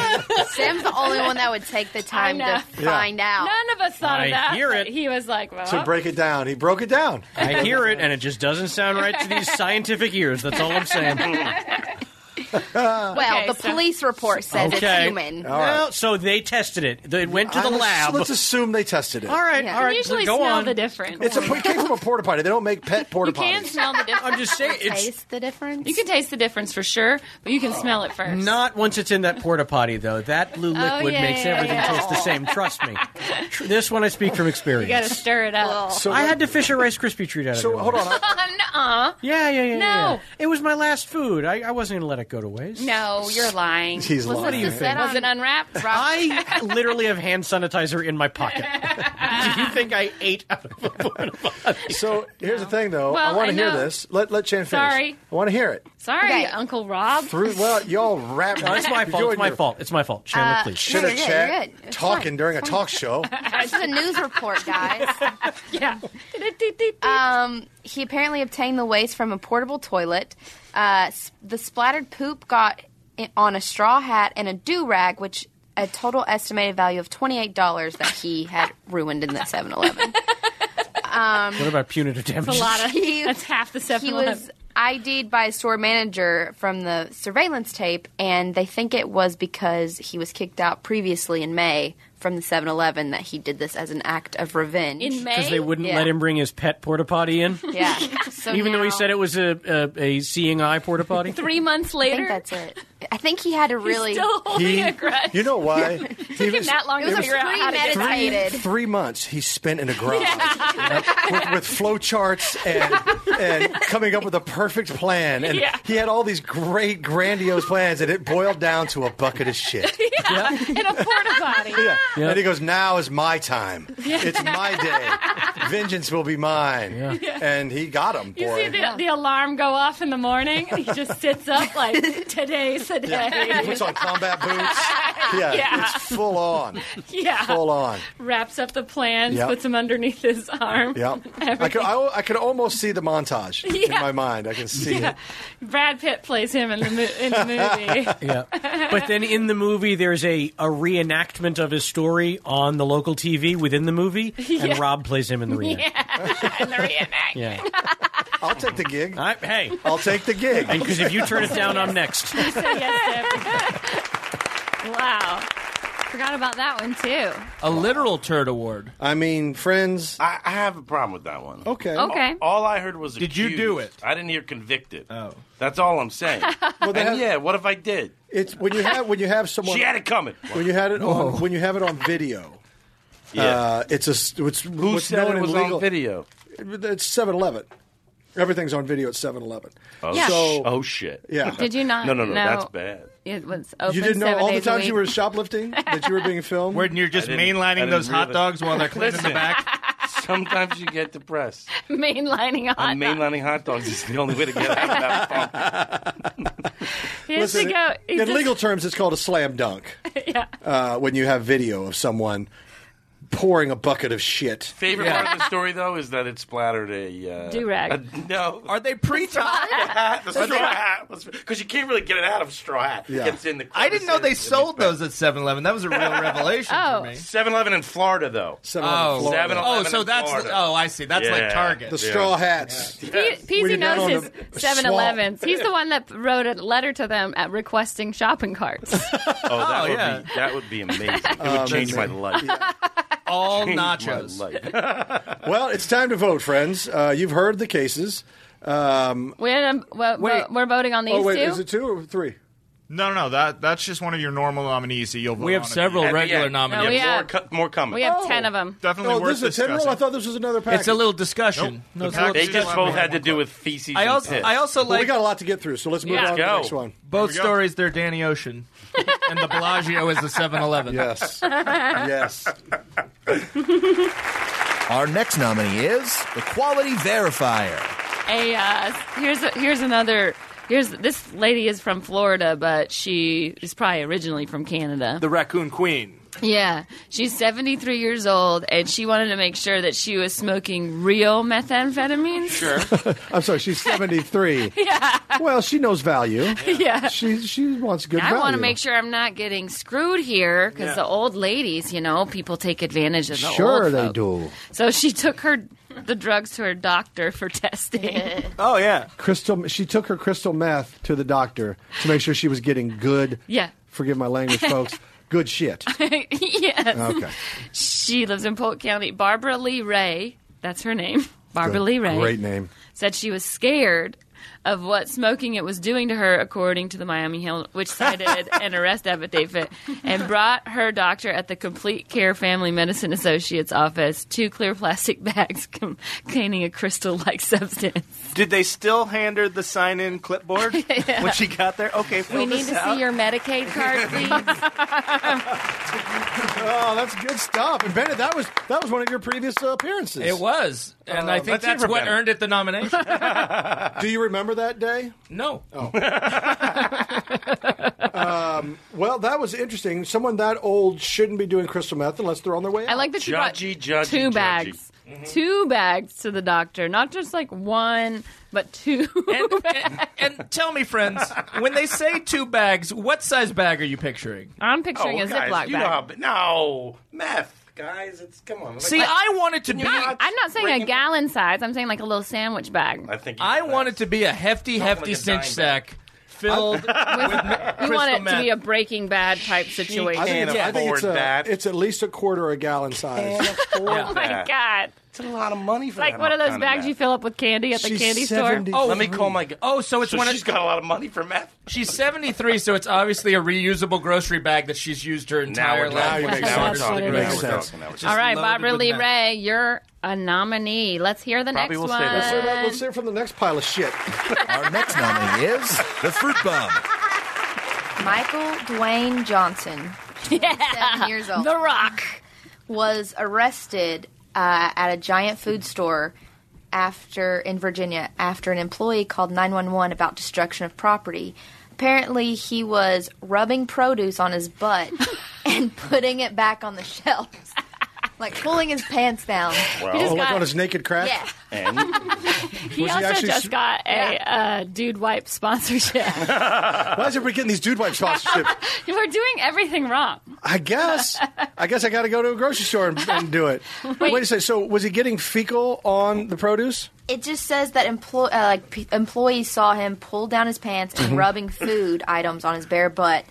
Speaker 8: Sam's the only one that would take the time
Speaker 6: I know.
Speaker 8: to find out.
Speaker 6: None of us thought
Speaker 17: I
Speaker 6: of
Speaker 17: *laughs*
Speaker 6: that.
Speaker 17: hear
Speaker 6: but He was like, well,
Speaker 5: So break it down. He broke it down.
Speaker 17: I hear it, and it just doesn't sound right to these scientific ears. That's all I'm
Speaker 6: *laughs*
Speaker 17: saying.
Speaker 8: Well, the police report says it's
Speaker 17: okay.
Speaker 8: human.
Speaker 17: Well, so they tested it. It went to the
Speaker 5: I'm ass-
Speaker 17: lab.
Speaker 5: Let's assume they tested it.
Speaker 17: All right, all right. go on.
Speaker 6: difference.
Speaker 5: It's a it came from a porta potty. They don't make pet porta potties.
Speaker 6: smell the difference.
Speaker 17: I'm just saying, it's-
Speaker 8: taste the difference.
Speaker 6: You can taste the difference for sure, but you can smell it first.
Speaker 17: Not once it's in that porta potty, though. That blue
Speaker 6: Oh,
Speaker 17: liquid
Speaker 6: yeah,
Speaker 17: makes
Speaker 6: yeah,
Speaker 17: everything
Speaker 6: yeah.
Speaker 17: taste the same. Trust
Speaker 6: *laughs*
Speaker 17: me. Tr- This one I speak from
Speaker 6: You
Speaker 17: experience.
Speaker 6: got to stir it up.
Speaker 17: So I had to fish a Rice Krispie treat out of it.
Speaker 6: hold
Speaker 17: once.
Speaker 6: *laughs* Nuh-uh.
Speaker 17: Yeah, yeah, yeah.
Speaker 6: No.
Speaker 17: yeah, yeah. It was my last food. I, I wasn't going to let it go to waste.
Speaker 6: No, you're lying.
Speaker 17: He's
Speaker 6: was
Speaker 17: lying.
Speaker 6: It,
Speaker 17: What do you think?
Speaker 6: was it unwrapped?
Speaker 17: I literally have hand sanitizer in my
Speaker 6: *laughs*
Speaker 17: pocket. Do you think I ate out of a porta potty?
Speaker 5: So here's the thing, though.
Speaker 6: Well,
Speaker 5: I want
Speaker 6: I
Speaker 5: to hear
Speaker 6: know.
Speaker 5: this. Let let Chan finish.
Speaker 6: Sorry.
Speaker 5: I want to hear it.
Speaker 6: Sorry, Uncle Rob.
Speaker 5: Through
Speaker 6: *laughs*
Speaker 5: well,
Speaker 8: *laughs*
Speaker 5: y'all wrap.
Speaker 17: No,
Speaker 5: *laughs*
Speaker 17: it's my
Speaker 5: you're
Speaker 17: fault.
Speaker 5: doing
Speaker 17: It's my
Speaker 5: your-
Speaker 17: fault. It's my fault. Chandler,
Speaker 8: Uh,
Speaker 17: plesh. please.
Speaker 5: Should
Speaker 8: No,
Speaker 5: have
Speaker 8: you're good,
Speaker 5: chat
Speaker 8: you're good. It's
Speaker 5: talking
Speaker 8: fine.
Speaker 5: during a talk show.
Speaker 8: This is a news report, guys.
Speaker 6: *laughs* yeah.
Speaker 8: *laughs* um, he apparently obtained the waste from a portable toilet. Uh, s- the splattered poop got i- on a straw hat and a do rag, which a total estimated value of twenty eight dollars that he had ruined in the Seven Eleven.
Speaker 17: *laughs*
Speaker 8: Um,
Speaker 17: What about punitive damages?
Speaker 6: of- *laughs* that's half the
Speaker 8: He
Speaker 6: 7-Eleven.
Speaker 8: was ID'd by a store manager from the surveillance tape, and they think it was because he was kicked out previously in May from the 7-Eleven that he did this as an act of revenge.
Speaker 6: In
Speaker 17: Because they wouldn't let him bring his pet porta potty
Speaker 6: *laughs*
Speaker 17: in.
Speaker 8: *laughs* Yeah. So
Speaker 17: Even though he
Speaker 8: now-
Speaker 17: said it was a, a, a seeing eye porta
Speaker 6: *laughs*
Speaker 17: potty.
Speaker 6: Three months later,
Speaker 8: I think that's it. I think he had to really.
Speaker 6: still holding a grudge.
Speaker 5: you know why? He was-
Speaker 6: that long
Speaker 5: it
Speaker 6: to
Speaker 5: was
Speaker 6: figure out how to get
Speaker 5: three,
Speaker 6: it.
Speaker 5: three months he spent in a garage with, with flow charts and and coming up with a perfect plan. And
Speaker 6: Yeah.
Speaker 5: he had all these great grandiose plans, and it boiled down to a bucket of shit.
Speaker 6: *laughs* yeah. in a porta potty.
Speaker 5: And he goes, "Now is my time. It's my day. Vengeance will be mine."
Speaker 6: Yeah.
Speaker 5: And he got him,
Speaker 6: *laughs* You see
Speaker 5: boy.
Speaker 6: the, the alarm go off in the morning, and he just sits up like today's the day.
Speaker 5: He puts on combat boots. Yeah,
Speaker 6: *laughs* Yeah.
Speaker 5: it's full on.
Speaker 6: Yeah.
Speaker 5: Full on.
Speaker 6: Wraps up the plans,
Speaker 5: Yep.
Speaker 6: puts them underneath his arm.
Speaker 5: Yep. I could,
Speaker 6: Everything.
Speaker 5: I, I could almost see the montage in
Speaker 6: Yeah.
Speaker 5: my mind. I can see
Speaker 6: Yeah.
Speaker 5: it.
Speaker 6: Brad Pitt plays him in the, mo- in the
Speaker 5: *laughs*
Speaker 17: *laughs*
Speaker 6: movie.
Speaker 17: yeah.
Speaker 6: *laughs*
Speaker 17: But then in the movie, there's a, a reenactment of his story on the local TV within the movie, and
Speaker 6: Yeah.
Speaker 17: Rob plays
Speaker 6: *laughs*
Speaker 17: him in the reenactment.
Speaker 6: yeah, in the reenact.
Speaker 17: Yeah.
Speaker 5: I'll take the gig.
Speaker 17: I, hey.
Speaker 5: I'll take the gig.
Speaker 17: And because if you turn it down, I'm next.
Speaker 6: He said yes to everything. Wow. Forgot about that one, too.
Speaker 10: A literal turd award.
Speaker 5: I mean, friends.
Speaker 9: I, I have a problem with that one.
Speaker 5: Okay.
Speaker 6: Okay.
Speaker 9: All, all I heard was
Speaker 10: Did you do
Speaker 9: accused. I didn't hear convicted. Oh. That's all I'm
Speaker 6: *laughs*
Speaker 9: saying.
Speaker 5: Well, they
Speaker 9: and
Speaker 5: have-
Speaker 9: yeah, what if I did?
Speaker 5: It's when you have when you have someone.
Speaker 9: She had it coming.
Speaker 5: When you had it on when you have it on video.
Speaker 9: Yeah.
Speaker 5: Uh, it's a s- it's
Speaker 9: Who
Speaker 5: what's
Speaker 9: said
Speaker 5: known
Speaker 9: it
Speaker 5: in
Speaker 9: was
Speaker 5: legal.
Speaker 9: on video?
Speaker 5: It's 7-Eleven. Everything's on video at 7-Eleven.
Speaker 9: Oh,
Speaker 5: Yeah.
Speaker 9: sh- oh shit.
Speaker 5: Yeah.
Speaker 6: Did you not
Speaker 9: No, no, no.
Speaker 6: know-
Speaker 9: That's bad.
Speaker 6: It was open
Speaker 5: you didn't know
Speaker 6: seven
Speaker 5: all the
Speaker 6: days a
Speaker 5: times you were
Speaker 6: week. *laughs*
Speaker 5: shoplifting that you were
Speaker 9: *laughs*
Speaker 5: being filmed.
Speaker 10: When you're just
Speaker 9: I didn't- I
Speaker 10: mainlining
Speaker 9: didn't
Speaker 10: those hot
Speaker 9: realize-
Speaker 10: dogs while they're cleaning the
Speaker 9: Listen,
Speaker 10: back.
Speaker 9: *laughs* Sometimes you get
Speaker 6: *laughs*
Speaker 9: depressed.
Speaker 6: mainlining on.
Speaker 9: I'm mainlining hot dogs is the only way to get
Speaker 10: *laughs*
Speaker 9: out of that funk.
Speaker 6: He has
Speaker 5: Listen,
Speaker 6: to go. he
Speaker 5: in
Speaker 6: just-
Speaker 5: legal terms, it's called a slam dunk.
Speaker 6: *laughs* Yeah.
Speaker 5: uh, when you have video of someone pouring a bucket of shit.
Speaker 9: Favorite part of the *laughs* story, though, is that it splattered a uh,
Speaker 5: Do-rag.
Speaker 9: a- no,
Speaker 10: are
Speaker 9: *laughs*
Speaker 10: they pre-tied?
Speaker 9: the straw hat because you can't really get it out of a straw hat.
Speaker 10: Yeah.
Speaker 9: It's in the.
Speaker 10: I didn't know they sold those at 7-Eleven. That was a real
Speaker 9: *laughs*
Speaker 10: revelation
Speaker 9: Oh.
Speaker 10: for me.
Speaker 9: 7-Eleven in Florida, though.
Speaker 10: oh,
Speaker 9: 7-Eleven
Speaker 10: oh,
Speaker 9: in
Speaker 10: so that's
Speaker 9: Florida.
Speaker 10: oh, I see. That's
Speaker 9: Yeah.
Speaker 10: like Target.
Speaker 5: The straw hats.
Speaker 6: Pe-
Speaker 5: When you're
Speaker 6: Peasy
Speaker 5: down
Speaker 6: knows
Speaker 5: on
Speaker 6: his
Speaker 5: the
Speaker 6: 7 Elevens. He's the one that wrote a letter to them at requesting
Speaker 5: *laughs*
Speaker 6: shopping carts.
Speaker 9: Oh, that
Speaker 10: Oh,
Speaker 9: would
Speaker 10: yeah.
Speaker 9: be that would be amazing. It would *laughs*
Speaker 5: Um,
Speaker 9: change my
Speaker 5: that's-
Speaker 9: life.
Speaker 10: All
Speaker 9: Change my
Speaker 10: nachos.
Speaker 9: life. *laughs*
Speaker 5: Well, it's time to vote, friends. Uh, you've heard the cases. Um,
Speaker 6: We ended up, well,
Speaker 5: Wait.
Speaker 6: we're voting on these
Speaker 5: oh wait,
Speaker 6: two.
Speaker 5: is it two or three?
Speaker 11: No, no, no. That that's just one of your normal nominees that you'll. Vote
Speaker 10: We have
Speaker 11: on at the
Speaker 10: several
Speaker 11: end.
Speaker 10: regular nominees.
Speaker 6: No, we
Speaker 11: More
Speaker 6: have-
Speaker 11: co- more coming.
Speaker 6: We have ten of them.
Speaker 11: Definitely
Speaker 5: oh,
Speaker 11: worth
Speaker 5: this is a ten roll.
Speaker 11: discussing.
Speaker 5: I thought this was another package. *laughs*
Speaker 10: It's a little discussion.
Speaker 11: Nope.
Speaker 10: it's
Speaker 11: The
Speaker 10: a little
Speaker 11: package
Speaker 9: They just
Speaker 10: discussion.
Speaker 9: both had to do with feces.
Speaker 10: I
Speaker 9: and
Speaker 10: also-
Speaker 9: piss.
Speaker 10: I also
Speaker 5: Well, we
Speaker 10: like-
Speaker 5: got a lot to get through, so let's move
Speaker 10: Yeah.
Speaker 5: on to
Speaker 10: Go.
Speaker 5: the next one.
Speaker 10: Both stories, they're Danny Ocean. and the Bellagio is the 7 Eleven.
Speaker 5: Yes. yes.
Speaker 1: *laughs* Our next nominee is the Quality Verifier.
Speaker 6: a uh, here's a, here's another here's this lady is from Florida, but she is probably originally from Canada.
Speaker 18: The Raccoon Queen.
Speaker 6: Yeah, she's 73 years old, and she wanted to make sure that she was smoking real methamphetamines.
Speaker 18: Sure.
Speaker 19: *laughs* I'm
Speaker 18: *laughs*
Speaker 19: sorry, she's 73.
Speaker 6: Yeah.
Speaker 19: Well, she knows value.
Speaker 6: Yeah.
Speaker 19: She she wants good
Speaker 6: I
Speaker 19: value.
Speaker 6: want to make sure I'm not getting screwed here because
Speaker 19: Yeah.
Speaker 6: the old ladies, you know, people take advantage of the
Speaker 19: Sure
Speaker 6: old
Speaker 19: they
Speaker 6: folk.
Speaker 19: do.
Speaker 6: So she took her the drugs to her doctor for testing. *laughs*
Speaker 18: Oh yeah.
Speaker 19: Crystal she took her crystal meth to the doctor to make sure she was getting good
Speaker 6: Yeah. *laughs*
Speaker 19: forgive my language folks, good shit.
Speaker 6: yes. *laughs*
Speaker 19: Okay.
Speaker 6: She lives in Polk County. Barbara Lee Ray, that's her name. Barbara
Speaker 19: Good.
Speaker 6: Lee Ray.
Speaker 19: Great name.
Speaker 6: Said she was scared of what smoking it was doing to her, according to the Miami Herald, which *laughs* cited an arrest affidavit, and brought her doctor at the Complete Care Family Medicine Associates office two clear plastic *laughs* bags com- containing a crystal-like substance.
Speaker 18: Did they still hand her the sign-in
Speaker 6: *laughs*
Speaker 18: clipboard when she got there? Okay, fill
Speaker 6: we need
Speaker 18: this
Speaker 6: to
Speaker 18: out.
Speaker 6: see your Medicaid
Speaker 10: *laughs*
Speaker 6: card, please.
Speaker 19: Oh, that's good stuff. And Bennett, that was that was one of your previous uh, appearances.
Speaker 10: It was. And
Speaker 19: Uh,
Speaker 10: I think
Speaker 19: let's hear
Speaker 10: that's
Speaker 19: from
Speaker 10: what
Speaker 19: Bennett.
Speaker 10: earned it the nomination. *laughs*
Speaker 19: *laughs* Do you remember that day?
Speaker 10: No.
Speaker 19: Oh. um, well, that was interesting. Someone that old shouldn't be doing crystal meth unless they're on their way out.
Speaker 6: I like that she brought
Speaker 19: Judgy, judgy,
Speaker 6: two
Speaker 19: judgy.
Speaker 6: bags.
Speaker 10: Mm-hmm.
Speaker 6: Two bags to the doctor, not just like one, but two.
Speaker 10: and tell me, friends, when they say two bags, what size bag are you picturing?
Speaker 6: I'm picturing
Speaker 10: Oh,
Speaker 6: a
Speaker 10: guys,
Speaker 6: Ziploc
Speaker 10: you know how
Speaker 6: bag.
Speaker 10: b-
Speaker 9: No, meth, guys. It's come on. Like-
Speaker 6: *laughs*
Speaker 10: See, I want it to
Speaker 9: Can
Speaker 10: be.
Speaker 9: you not-
Speaker 6: I'm not saying a gallon size. I'm saying like a little sandwich bag.
Speaker 9: I think
Speaker 10: I want it to be a hefty, hefty cinch sack filled with
Speaker 6: You want it
Speaker 10: crystal
Speaker 6: to be
Speaker 10: meth.
Speaker 6: a Breaking Bad type situation.
Speaker 19: I think, it's, I think it's, a,
Speaker 5: *laughs*
Speaker 19: it's at least a quarter a gallon size.
Speaker 6: oh my god,
Speaker 9: it's a lot of money for
Speaker 6: like
Speaker 9: that
Speaker 6: one of those
Speaker 9: kind of
Speaker 6: bags you
Speaker 9: meth.
Speaker 6: fill up with candy at the
Speaker 9: She's
Speaker 6: candy store.
Speaker 9: Oh, let me call my.
Speaker 10: Oh, so it's
Speaker 9: so
Speaker 10: one of-
Speaker 9: She's got a lot of money for meth.
Speaker 10: She's 73, so it's obviously a reusable grocery bag that she's used her entire
Speaker 9: we're
Speaker 10: life.
Speaker 9: talking. Now we're
Speaker 10: Now we're
Speaker 9: talking.
Speaker 10: talking.
Speaker 9: Now we're
Speaker 10: Makes
Speaker 9: talking.
Speaker 10: sense.
Speaker 9: Now we're
Speaker 6: All right,
Speaker 10: loaded
Speaker 6: Barbara
Speaker 10: with
Speaker 6: Lee
Speaker 10: meth.
Speaker 6: Ray, you're a nominee. Let's hear the
Speaker 1: Probably
Speaker 6: next
Speaker 1: will
Speaker 6: one.
Speaker 1: stay that.
Speaker 19: Let's hear, about, let's hear from the next pile of shit.
Speaker 1: Our next nominee
Speaker 19: *laughs*
Speaker 1: is the Fruit Bum.
Speaker 8: Michael
Speaker 6: *laughs*
Speaker 8: Dwayne Johnson, 27 years old,
Speaker 6: The Rock,
Speaker 8: was arrested uh, at a giant food store after in Virginia after an employee called 911 about destruction of property. Apparently, he was rubbing produce on his butt and putting it back on the shelves, like pulling his pants down.
Speaker 5: Well, oh, like on his naked crack.
Speaker 8: Yeah.
Speaker 6: *laughs* He
Speaker 5: Was he
Speaker 6: also
Speaker 5: actually
Speaker 6: just
Speaker 5: s-
Speaker 6: got a uh, dude wipe sponsorship.
Speaker 5: Why is everybody getting these dude wipe
Speaker 6: *laughs*
Speaker 5: sponsorships?
Speaker 6: We're doing everything wrong.
Speaker 5: I guess. I guess I got to go to a grocery store and, and do it. Wait. a second. So was he getting fecal on the produce?
Speaker 8: It just says that emplo- uh, like p- employees saw him pull down his pants and
Speaker 5: Mhm.
Speaker 8: rubbing food items on his bare butt,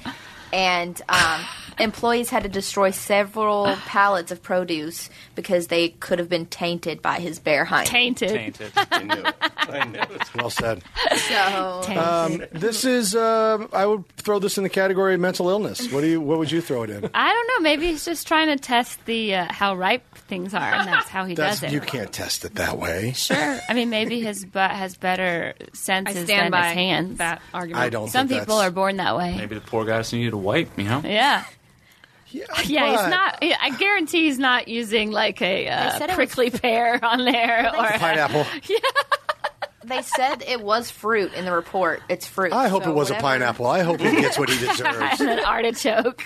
Speaker 8: and um, employees had to destroy several pallets of produce because they could have been tainted by his bare hind.
Speaker 6: Tainted.
Speaker 9: Tainted. I knew it. I knew it.
Speaker 5: Well said.
Speaker 8: So
Speaker 5: Um, this is. um I would throw this in the category of mental illness. What do you? What would you throw it in?
Speaker 6: I don't know. Maybe he's just trying to test the uh, how ripe things are, and that's how he
Speaker 5: That's,
Speaker 6: does it.
Speaker 5: you can't test it that way.
Speaker 6: Sure. I mean, maybe his butt has better senses
Speaker 14: I stand
Speaker 6: than
Speaker 14: by
Speaker 6: his hands. That
Speaker 14: argument. I don't
Speaker 6: Some
Speaker 14: think
Speaker 6: people
Speaker 14: that's-
Speaker 6: are born that way.
Speaker 18: Maybe the poor guys needed a wipe. You know.
Speaker 6: Yeah.
Speaker 5: Yeah,
Speaker 6: he's
Speaker 18: but-
Speaker 6: not. *laughs* yeah, I guarantee he's not using like a
Speaker 8: They
Speaker 6: uh,
Speaker 8: said it was-
Speaker 6: prickly pear on there or a-
Speaker 5: Pineapple.
Speaker 8: they said it was fruit in the report. It's fruit.
Speaker 5: I hope
Speaker 8: so
Speaker 5: it was
Speaker 8: whatever.
Speaker 5: a pineapple. I hope he gets
Speaker 8: *laughs*
Speaker 5: what he deserves.
Speaker 6: an
Speaker 5: *laughs*
Speaker 6: artichoke.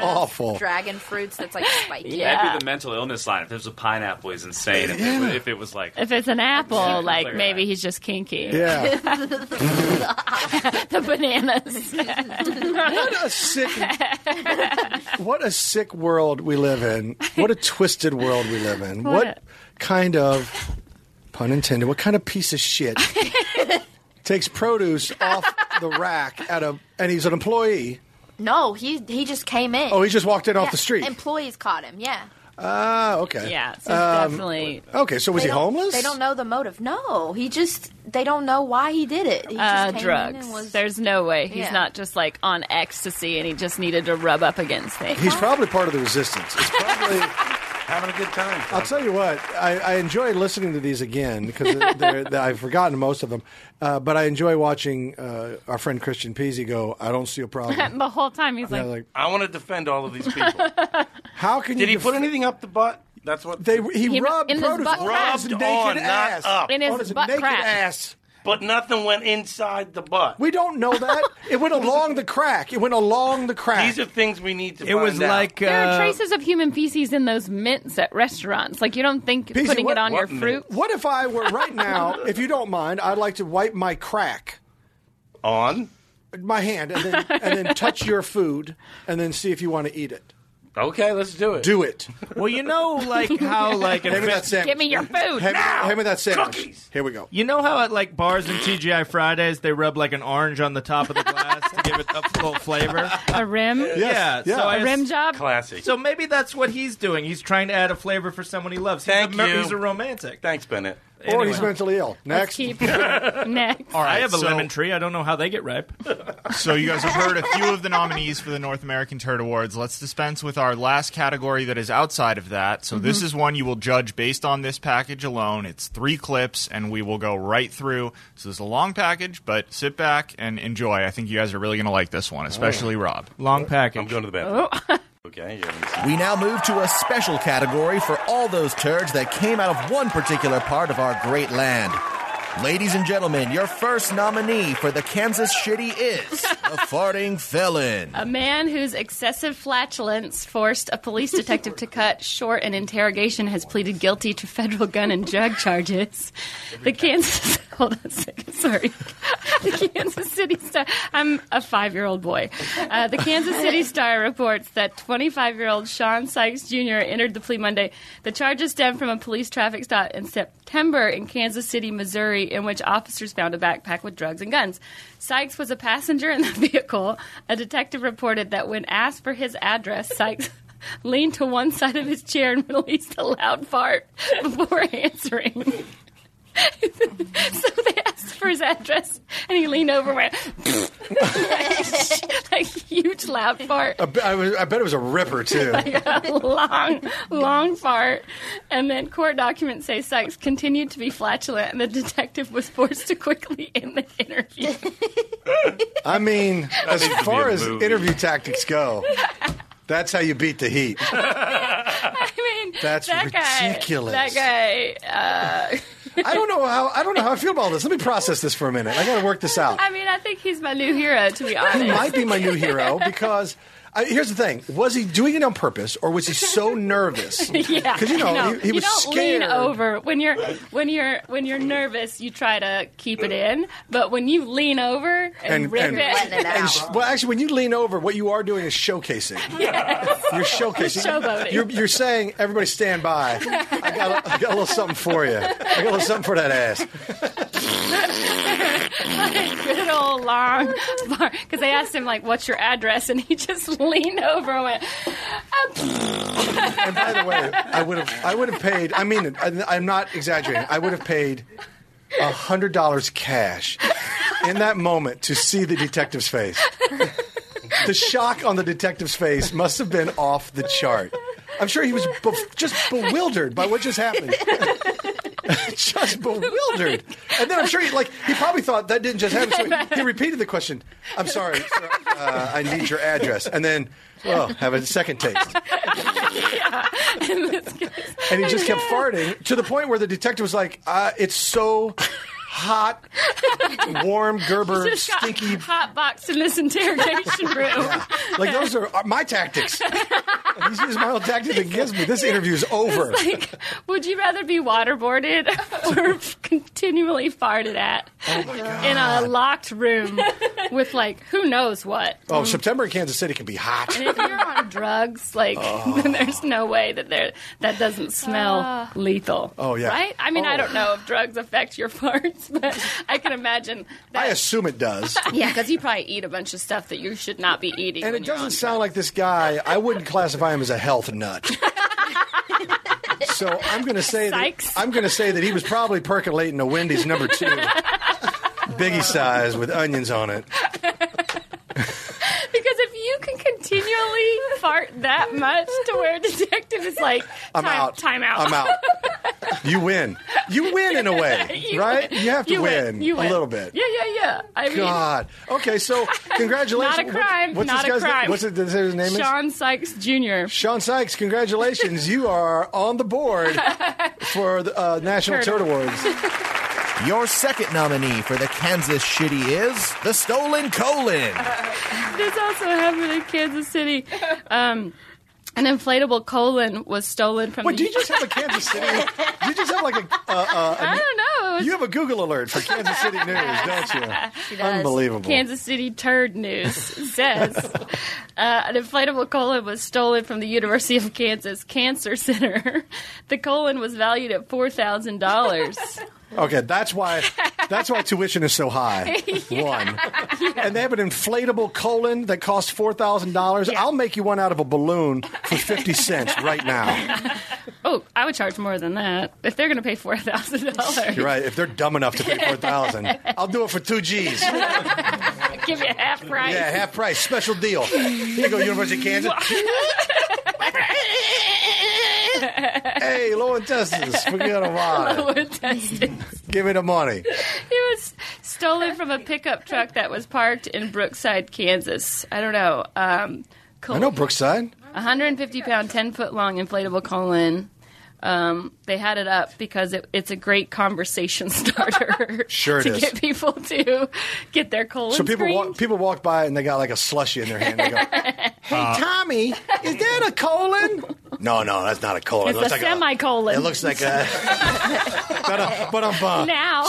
Speaker 5: Awful.
Speaker 8: Dragon fruits that's like spiky.
Speaker 18: That'd be the mental illness line. If it was a pineapple, he's insane. If, it, was, if it was like
Speaker 6: If it's an apple,
Speaker 18: Yeah, it's
Speaker 6: like
Speaker 18: like
Speaker 6: maybe he's just kinky.
Speaker 8: *laughs*
Speaker 18: Yeah.
Speaker 6: *laughs* the bananas.
Speaker 5: what a sick, what a sick world we live in. What a twisted world we live in.
Speaker 6: What
Speaker 5: What,
Speaker 6: a-
Speaker 5: kind of, pun intended, what kind of piece of shit takes produce off the rack at a, and he's an employee.
Speaker 8: No, he he just came in.
Speaker 5: Oh, he just walked in off
Speaker 8: Yeah,
Speaker 5: the street.
Speaker 8: Employees caught him. Yeah.
Speaker 5: Ah, okay. Um,
Speaker 8: Yeah,
Speaker 14: so it's definitely-
Speaker 5: Okay, so was
Speaker 8: They
Speaker 5: he
Speaker 8: don't-
Speaker 5: homeless?
Speaker 8: They don't know the motive. No, he just they don't know why he did it. He
Speaker 6: Uh,
Speaker 8: just came
Speaker 6: *laughs*
Speaker 8: in
Speaker 6: drugs. *laughs*
Speaker 8: and was-
Speaker 6: There's no way he's
Speaker 8: Yeah.
Speaker 6: not just like on ecstasy and he just needed to rub up against things.
Speaker 5: He's probably part of the resistance. It's probably having a good time. I'll tell you what. I, I enjoy listening to these again because they're- they're- I've forgotten most of them, uh, but I enjoy watching uh, our friend Christian Peasy go. I don't see a problem.
Speaker 6: *laughs* the whole time *laughs* he's
Speaker 5: Yeah,
Speaker 6: like,
Speaker 5: like,
Speaker 9: I want to defend all of these people.
Speaker 5: *laughs* How can
Speaker 9: Did
Speaker 5: you
Speaker 9: he put anything up the butt? That's what
Speaker 5: they he,
Speaker 6: He-
Speaker 5: rubbed
Speaker 6: in his
Speaker 5: produce
Speaker 6: butt
Speaker 5: on
Speaker 6: crack.
Speaker 5: his naked
Speaker 9: on,
Speaker 5: ass.
Speaker 9: not up.
Speaker 6: In his
Speaker 5: on his
Speaker 6: butt
Speaker 5: naked
Speaker 6: crack.
Speaker 5: ass.
Speaker 9: But nothing went inside the butt.
Speaker 5: We don't know that. *laughs* it went along the crack. It went along the crack.
Speaker 9: These are things we need to.
Speaker 5: It was
Speaker 9: find out.
Speaker 5: like,
Speaker 6: there
Speaker 5: uh,
Speaker 6: are traces of human feces in those mints at restaurants. Like you don't think
Speaker 5: Peasy,
Speaker 6: putting
Speaker 5: what-
Speaker 6: it on your
Speaker 5: what-
Speaker 6: fruit.
Speaker 5: What if I were right *laughs* now? if you don't mind, I'd like to wipe my crack
Speaker 9: on
Speaker 5: my hand and then, and *laughs* then touch your food and then see if you want to eat it.
Speaker 9: Okay, let's do it.
Speaker 5: Do it.
Speaker 15: Well, you know, like
Speaker 5: *laughs*
Speaker 15: how like
Speaker 5: Hand me that sandwich.
Speaker 6: Give me your food
Speaker 5: Hand me-
Speaker 6: now.
Speaker 5: hand me that sandwich. Here we go.
Speaker 15: You know how at like bars and TGI Fridays they rub like an orange on the top of the glass to give it a full flavor.
Speaker 6: A rim?
Speaker 15: Yeah, so I
Speaker 6: a rim job.
Speaker 9: Classic.
Speaker 15: So maybe that's what he's doing. He's trying to add a flavor for someone he loves. He's
Speaker 9: Thank
Speaker 15: a, mer-
Speaker 9: you.
Speaker 15: He's a romantic.
Speaker 9: Thanks,
Speaker 6: *laughs*
Speaker 9: Bennett.
Speaker 5: Or he's mentally ill. Next.
Speaker 6: Next.
Speaker 15: All right, I have a
Speaker 11: so-
Speaker 15: lemon tree. I don't know how they get ripe.
Speaker 11: So you guys have heard a few of the nominees for the North American Turd Awards. Let's dispense with our last category that is outside of that. So this
Speaker 15: Mhm.
Speaker 11: is one you will judge based on this package alone. It's three clips, and we will go right through. So it's a long package, but sit back and enjoy. I think you guys are really going to like this one, especially Rob.
Speaker 15: Oh. Long package.
Speaker 11: I'm going
Speaker 9: to the
Speaker 15: *laughs*
Speaker 9: bathroom. Okay.
Speaker 1: We now move to a special category for all those turds that came out of one particular part of our great land. Ladies and gentlemen, your first nominee for the Kansas Shitty is the farting felon.
Speaker 6: *laughs* A man whose excessive flatulence forced a police detective to cut short an interrogation has pleaded guilty to federal gun and drug charges. The Kansas. *laughs* Hold on a second. Sorry. The Kansas City Star. I'm a five year old boy. Uh, the Kansas City Star reports that 25 year old Sean Sykes Jr. entered the plea Monday. The charges stem from a police traffic stop in September in Kansas City, Missouri, in which officers found a backpack with drugs and guns. Sykes was a passenger in the *laughs* vehicle. A detective reported that when asked for his address, Sykes *laughs* leaned to one side of his chair and *laughs* released a loud fart before *laughs* answering. so they asked for his address, and he leaned over and went, *laughs* like, *laughs* like huge loud fart.
Speaker 5: I, be- I was- I bet it was a ripper, *laughs* too.
Speaker 6: *laughs* Like a long, long fart. And then court documents say Sykes continued to be flatulent, and the detective was forced to quickly *laughs* end the interview.
Speaker 5: I mean, as
Speaker 9: needs to be
Speaker 5: far
Speaker 9: a
Speaker 5: as
Speaker 9: movie.
Speaker 5: interview tactics go, that's how you beat the heat.
Speaker 6: I mean,
Speaker 5: That's
Speaker 6: that guy,
Speaker 5: ridiculous.
Speaker 6: That guy. Uh,
Speaker 5: I don't
Speaker 6: *laughs*
Speaker 5: know how I don't know how I feel about this. Let me process this for a minute. I got to work this out.
Speaker 6: I mean, I think he's my new hero, to
Speaker 5: *laughs*
Speaker 6: be
Speaker 5: He
Speaker 6: honest.
Speaker 5: might be my new hero
Speaker 6: *laughs*
Speaker 5: because I, here's the thing: was he doing it on purpose, or was he so nervous? *laughs*
Speaker 6: *laughs* yeah,
Speaker 5: because you know
Speaker 6: no,
Speaker 5: he, he was
Speaker 6: don't
Speaker 5: scared.
Speaker 6: lean over when you're when you're when you're nervous. You try to keep it in, but when you lean over and, rip it, *laughs*
Speaker 5: *laughs* and sh- well, actually, when you lean over, what you are doing is showcasing. You're showcasing.
Speaker 6: You're showboating.
Speaker 5: You're, you're saying, "Everybody, stand by. I got, a, I got a little something for you. I got a little something for that ass."
Speaker 6: *laughs* good old long bar. Because they asked him like, "What's your address?" and he just *laughs* leaned over and went, "Oh."
Speaker 5: And by the
Speaker 6: *laughs*
Speaker 5: way, I would have, I would have paid. I mean, it. I, I'm not exaggerating. I would have paid a hundred dollars cash in that moment to see the detective's face. The shock on the detective's face must have been off the chart. I'm sure he was be- just bewildered by what just happened. *laughs* just bewildered, and then I'm sure he like he probably thought that didn't just happen. So he repeated the question. I'm sorry, sir, uh, I need your address, and then well, have a second taste. And he just kept farting to the point where the detective was like, uh, "It's so hot, warm Gerber
Speaker 6: "Just got
Speaker 5: stinky."
Speaker 6: hot box in this interrogation room."
Speaker 5: *laughs* Like those are are my tactics. These are my old tactics that gives me. This interview's over.
Speaker 6: It's *laughs* like, would you rather
Speaker 5: *laughs*
Speaker 6: be waterboarded or continually farted at
Speaker 5: Oh
Speaker 6: in a
Speaker 5: *laughs*
Speaker 6: locked room with like who knows what?
Speaker 5: Oh, September in Kansas City can be hot.
Speaker 6: And if you're on drugs, like
Speaker 5: *laughs* Oh.
Speaker 6: *laughs* then there's no way that there that doesn't smell
Speaker 5: Ah.
Speaker 6: lethal.
Speaker 5: Oh yeah.
Speaker 6: Right? I mean, I
Speaker 5: Oh.
Speaker 6: don't know if drugs affect your *laughs* farts, but I can imagine.
Speaker 5: *laughs* I assume it does.
Speaker 6: Yeah, because you probably eat a bunch of stuff that you should not be eating.
Speaker 5: And
Speaker 6: when
Speaker 5: it
Speaker 14: *laughs*
Speaker 6: you're
Speaker 5: doesn't sound like this guy. I wouldn't classify him as a health nut. So I'm going to say that, I'm going to say that he was probably percolating a Wendy's number two, biggie size with onions on it.
Speaker 14: Because if you can continually fart that much to where a detective is like,
Speaker 5: I'm
Speaker 14: time,
Speaker 5: out.
Speaker 14: time out.
Speaker 5: I'm
Speaker 6: *laughs*
Speaker 5: out. You win. You win in a way,
Speaker 14: *laughs* You
Speaker 5: right?
Speaker 14: win.
Speaker 5: You have to
Speaker 14: You win. You win.
Speaker 5: a little bit.
Speaker 14: Yeah, yeah, yeah. I mean,
Speaker 5: God. Okay,
Speaker 6: *laughs*
Speaker 5: so
Speaker 14: *laughs*
Speaker 5: congratulations.
Speaker 14: Not a
Speaker 5: What-
Speaker 14: crime.
Speaker 5: What's
Speaker 14: Not
Speaker 5: this
Speaker 14: a
Speaker 5: guy's
Speaker 14: crime.
Speaker 5: Name? What's his, his name? Is?
Speaker 14: Sean Sykes Jr.
Speaker 5: Sean Sykes. Congratulations. you are on the board
Speaker 14: *laughs*
Speaker 5: for the uh, National
Speaker 1: Turtle.
Speaker 5: Turtle Awards.
Speaker 1: *laughs* Your second nominee for the Kansas Shitty is the Stolen Colon.
Speaker 6: this also happened in Kansas City. Um, an inflatable colon was stolen from.
Speaker 5: Wait, do
Speaker 6: the-
Speaker 5: you just
Speaker 6: *laughs*
Speaker 5: have a Kansas City? Do you just have like a? Uh, uh, a
Speaker 6: I don't know. *laughs*
Speaker 5: You have a Google alert for Kansas City news, don't you?
Speaker 6: She
Speaker 5: does. Unbelievable.
Speaker 6: Kansas City turd news says uh, an inflatable colon was stolen from the University of Kansas Cancer Center. *laughs* The colon was valued at four thousand dollars.
Speaker 5: Okay, that's why that's why tuition is so
Speaker 6: *laughs*
Speaker 5: high. *laughs* One, and they have an inflatable colon that costs four thousand dollars. I'll make you one out of a balloon for fifty cents right now.
Speaker 6: Oh, I would charge more than that if they're going to pay four thousand dollars.
Speaker 5: You're right. If they're dumb enough to pay four thousand, I'll do it for two G's.
Speaker 6: *laughs* Give you half price.
Speaker 5: Yeah, half price, special deal. Here you go, University of
Speaker 6: *laughs*
Speaker 5: Kansas.
Speaker 6: *laughs*
Speaker 5: hey, low intestines, forget about it.
Speaker 6: Low intestines.
Speaker 5: Give me the money.
Speaker 6: It was stolen from a pickup truck that was parked in Brookside, Kansas. I don't know. Um, col-
Speaker 5: I know Brookside.
Speaker 6: 150 pound, 10 foot long inflatable colon. Um, they had it up because it, it's a great conversation *laughs* starter.
Speaker 5: Sure it
Speaker 6: to
Speaker 5: is.
Speaker 6: get people to get their colon.
Speaker 5: So people
Speaker 6: screened.
Speaker 5: walk, people walk by and they got like a slushy in their hand.
Speaker 6: *laughs*
Speaker 5: They go, uh, "Hey,
Speaker 11: Uh,
Speaker 5: Tommy, *laughs* is that a colon?" No, no, that's not a colon.
Speaker 6: it's
Speaker 5: it looks
Speaker 6: a
Speaker 5: like
Speaker 6: semicolon.
Speaker 5: a. It looks
Speaker 15: *laughs*
Speaker 5: like *laughs* a. but, uh, but I'm
Speaker 11: *laughs*
Speaker 5: bummed.
Speaker 6: *laughs* now.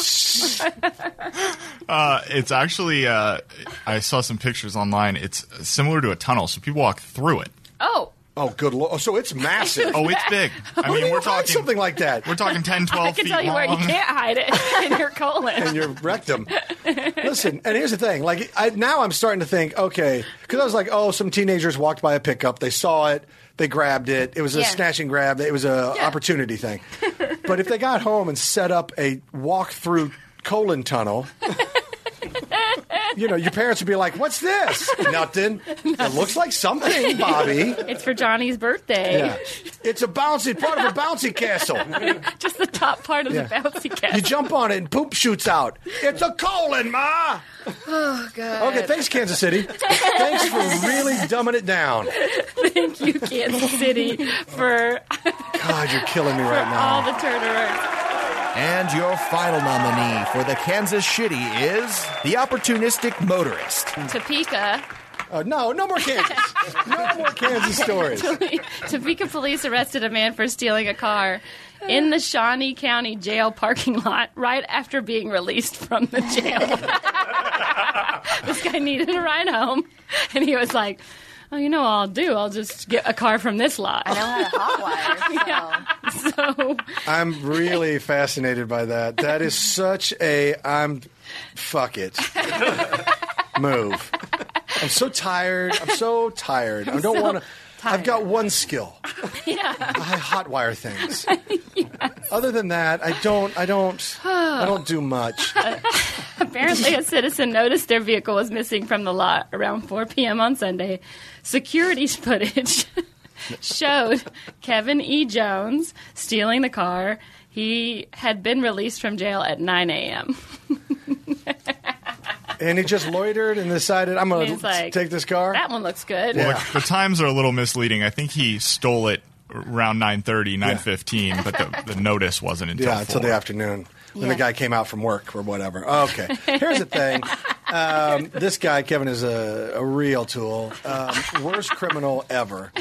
Speaker 11: Uh, it's actually, uh, I saw some pictures online. It's similar to a tunnel, so people walk through it.
Speaker 6: oh.
Speaker 5: Oh, good lord! Oh, so it's
Speaker 6: *laughs*
Speaker 5: massive.
Speaker 11: Oh, it's big. I
Speaker 5: Where do
Speaker 11: mean,
Speaker 5: you
Speaker 11: we're
Speaker 5: find
Speaker 11: talking
Speaker 5: something like that.
Speaker 11: We're talking 10, 12
Speaker 6: I can
Speaker 11: feet
Speaker 6: tell you where you
Speaker 11: long.
Speaker 6: can't hide it *laughs* in your colon.
Speaker 5: in your rectum. Listen, and here's the thing. Like I, now, I'm starting to think, okay, because I was like, oh, some teenagers walked by a pickup, they saw it, they grabbed it. It was a
Speaker 20: Yeah.
Speaker 5: snatch and grab. It was a opportunity thing. but if they got home and set up a walk through colon tunnel. You know, your parents would be like, "What's this? Nothing. It looks like something, Bobby.
Speaker 6: *laughs* It's for Johnny's birthday.
Speaker 5: Yeah. It's a bouncy part of a bouncy castle.
Speaker 6: *laughs* Just the top part of
Speaker 5: Yeah.
Speaker 6: the bouncy
Speaker 5: You
Speaker 6: castle.
Speaker 5: jump on it and poop shoots out. It's a colon, ma.
Speaker 6: Oh god.
Speaker 5: Okay, thanks, Kansas City. thanks for really dumbing it down.
Speaker 6: *laughs* Thank you, Kansas City, for
Speaker 5: God, you're killing me right
Speaker 6: all
Speaker 1: now.
Speaker 6: the turnarounds.
Speaker 1: And your final nominee for the Kansas Shitty is the opportunistic motorist.
Speaker 6: Topeka.
Speaker 5: Uh, no, no more
Speaker 6: *laughs*
Speaker 5: Kansas. no more Kansas stories.
Speaker 6: Topeka police arrested a man for stealing a car in the Shawnee County jail parking lot right after being released from the jail. *laughs* this guy needed a ride home, and he was like, Oh, you know what I'll do? I'll just get a car from this lot. I know how to hotwire. So. so
Speaker 5: I'm really fascinated by that. That is such a I'm fuck it move. I'm so tired. I'm so tired. I don't
Speaker 20: so
Speaker 5: want to. I've got one skill.
Speaker 6: *laughs* yeah.
Speaker 5: I hotwire
Speaker 6: *laughs*
Speaker 5: things. Other than that, I don't. I don't. I don't do
Speaker 6: *sighs*
Speaker 5: much.
Speaker 6: Apparently, a citizen noticed their vehicle was missing from the lot around 4 p.m. on Sunday. Securities *laughs* footage showed Kevin E. Jones stealing the car. He had been released from jail at 9 a.m.
Speaker 5: And he just loitered and decided I'm going
Speaker 6: He's
Speaker 5: to
Speaker 6: like,
Speaker 5: take this car.
Speaker 6: That one looks good.
Speaker 11: Well, the, the times are a little misleading. I think he stole it around 9.30, 9.15, but the, the notice wasn't until
Speaker 5: yeah, until
Speaker 11: four.
Speaker 5: the afternoon. When the
Speaker 11: Yeah.
Speaker 5: guy came out from work or whatever. Okay. Here's the
Speaker 6: *laughs*
Speaker 5: thing. Um, this guy, Kevin, is a, a real tool. Um, worst criminal ever.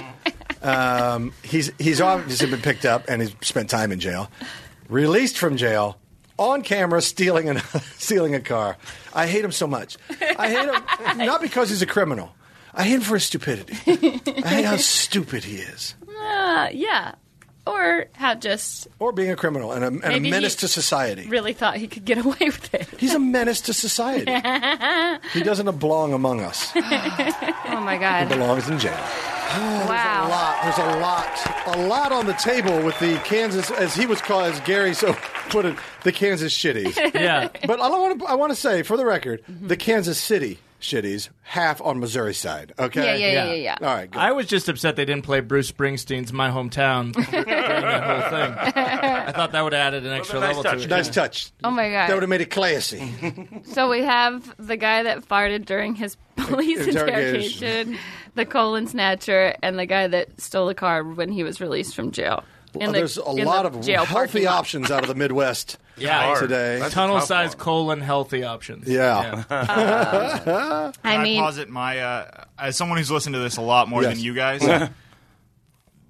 Speaker 5: Um, he's, he's obviously been picked up and he's spent time in jail. Released from jail. On camera, stealing a *laughs* stealing a car. I hate him so much. I hate
Speaker 6: *laughs*
Speaker 5: him not because he's a criminal. I hate him for his stupidity. I hate
Speaker 6: *laughs*
Speaker 5: how stupid he is,
Speaker 6: Uh, yeah. Or how just
Speaker 5: or being a criminal and a, and a
Speaker 6: Maybe he-
Speaker 5: menace to society.
Speaker 6: really thought he could get away with it.
Speaker 5: He's a menace to
Speaker 6: *laughs*
Speaker 5: society.
Speaker 6: oh
Speaker 5: He doesn't belong among us.
Speaker 6: my
Speaker 5: He
Speaker 6: God.
Speaker 5: belongs in jail. Wow. There's a lot. There's a lot. A lot on the table with the Kansas, as he was called, as Gary so *laughs* put it, the Kansas Shitties.
Speaker 17: Yeah.
Speaker 5: But I want to. I want to say, for the record, the Kansas City Shitties, half on Missouri side. Okay.
Speaker 8: Yeah, yeah, yeah, yeah, yeah.
Speaker 5: All right. Good.
Speaker 10: I was just upset they didn't play Bruce Springsteen's "My Hometown." during that whole
Speaker 5: *laughs*
Speaker 10: thing. I thought that would have added an extra
Speaker 5: nice
Speaker 10: level
Speaker 5: touch.
Speaker 10: to it.
Speaker 5: Nice touch.
Speaker 6: *laughs* Oh my
Speaker 5: That would
Speaker 6: god!
Speaker 5: have made it
Speaker 10: *laughs*
Speaker 5: classy.
Speaker 6: So we have the guy that farted during his *laughs* police
Speaker 5: Interrogation.
Speaker 6: interrogation, the colon snatcher, and the guy that stole a car when he was released from jail. In the-
Speaker 5: There's a
Speaker 6: in the
Speaker 5: lot of
Speaker 6: jail parking
Speaker 5: healthy
Speaker 6: lot.
Speaker 5: options out of the Midwest.
Speaker 10: Yeah,
Speaker 5: today.
Speaker 10: tunnel size colon healthy options.
Speaker 5: Yeah. *laughs*
Speaker 10: Uh,
Speaker 6: I
Speaker 11: Can
Speaker 6: mean-
Speaker 11: I posit my uh, as someone who's listened to this a lot more
Speaker 5: Yes.
Speaker 11: than you guys.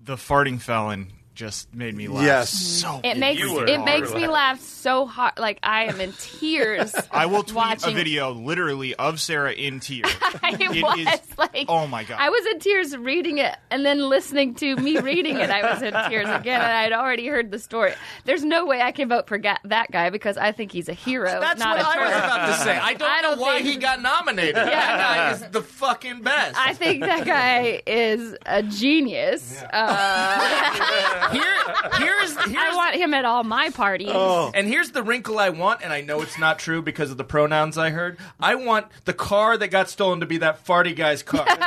Speaker 11: the farting felon just made me laugh.
Speaker 5: Yes.
Speaker 11: so
Speaker 6: It makes
Speaker 11: you were
Speaker 6: it
Speaker 11: hard.
Speaker 6: makes me laugh so hard. Like I am in tears.
Speaker 11: *laughs* I will tweet
Speaker 6: watching.
Speaker 11: a video literally of Sarah in tears.
Speaker 6: *laughs* I
Speaker 11: It
Speaker 6: was
Speaker 11: is-
Speaker 6: like,
Speaker 11: oh my god!
Speaker 6: I was in tears reading it, and then listening to me reading it, I was in tears again, and I had already heard the story. There's no way I can vote for ga- that guy because I think he's a hero.
Speaker 10: That's
Speaker 6: not
Speaker 10: what
Speaker 6: a
Speaker 10: I was
Speaker 6: turd.
Speaker 10: about to say. I don't, know why he got nominated.
Speaker 6: Yeah.
Speaker 10: That guy is the fucking best.
Speaker 6: I think that
Speaker 5: *laughs*
Speaker 6: guy is a genius.
Speaker 9: *laughs*
Speaker 6: Uh,
Speaker 10: here's,
Speaker 6: I want him at all my parties.
Speaker 5: Oh.
Speaker 10: And here's the wrinkle I want, and I know it's not true because of the pronouns I heard. I want the car that got stolen to be that farty guy's
Speaker 6: *laughs*
Speaker 10: car. Like,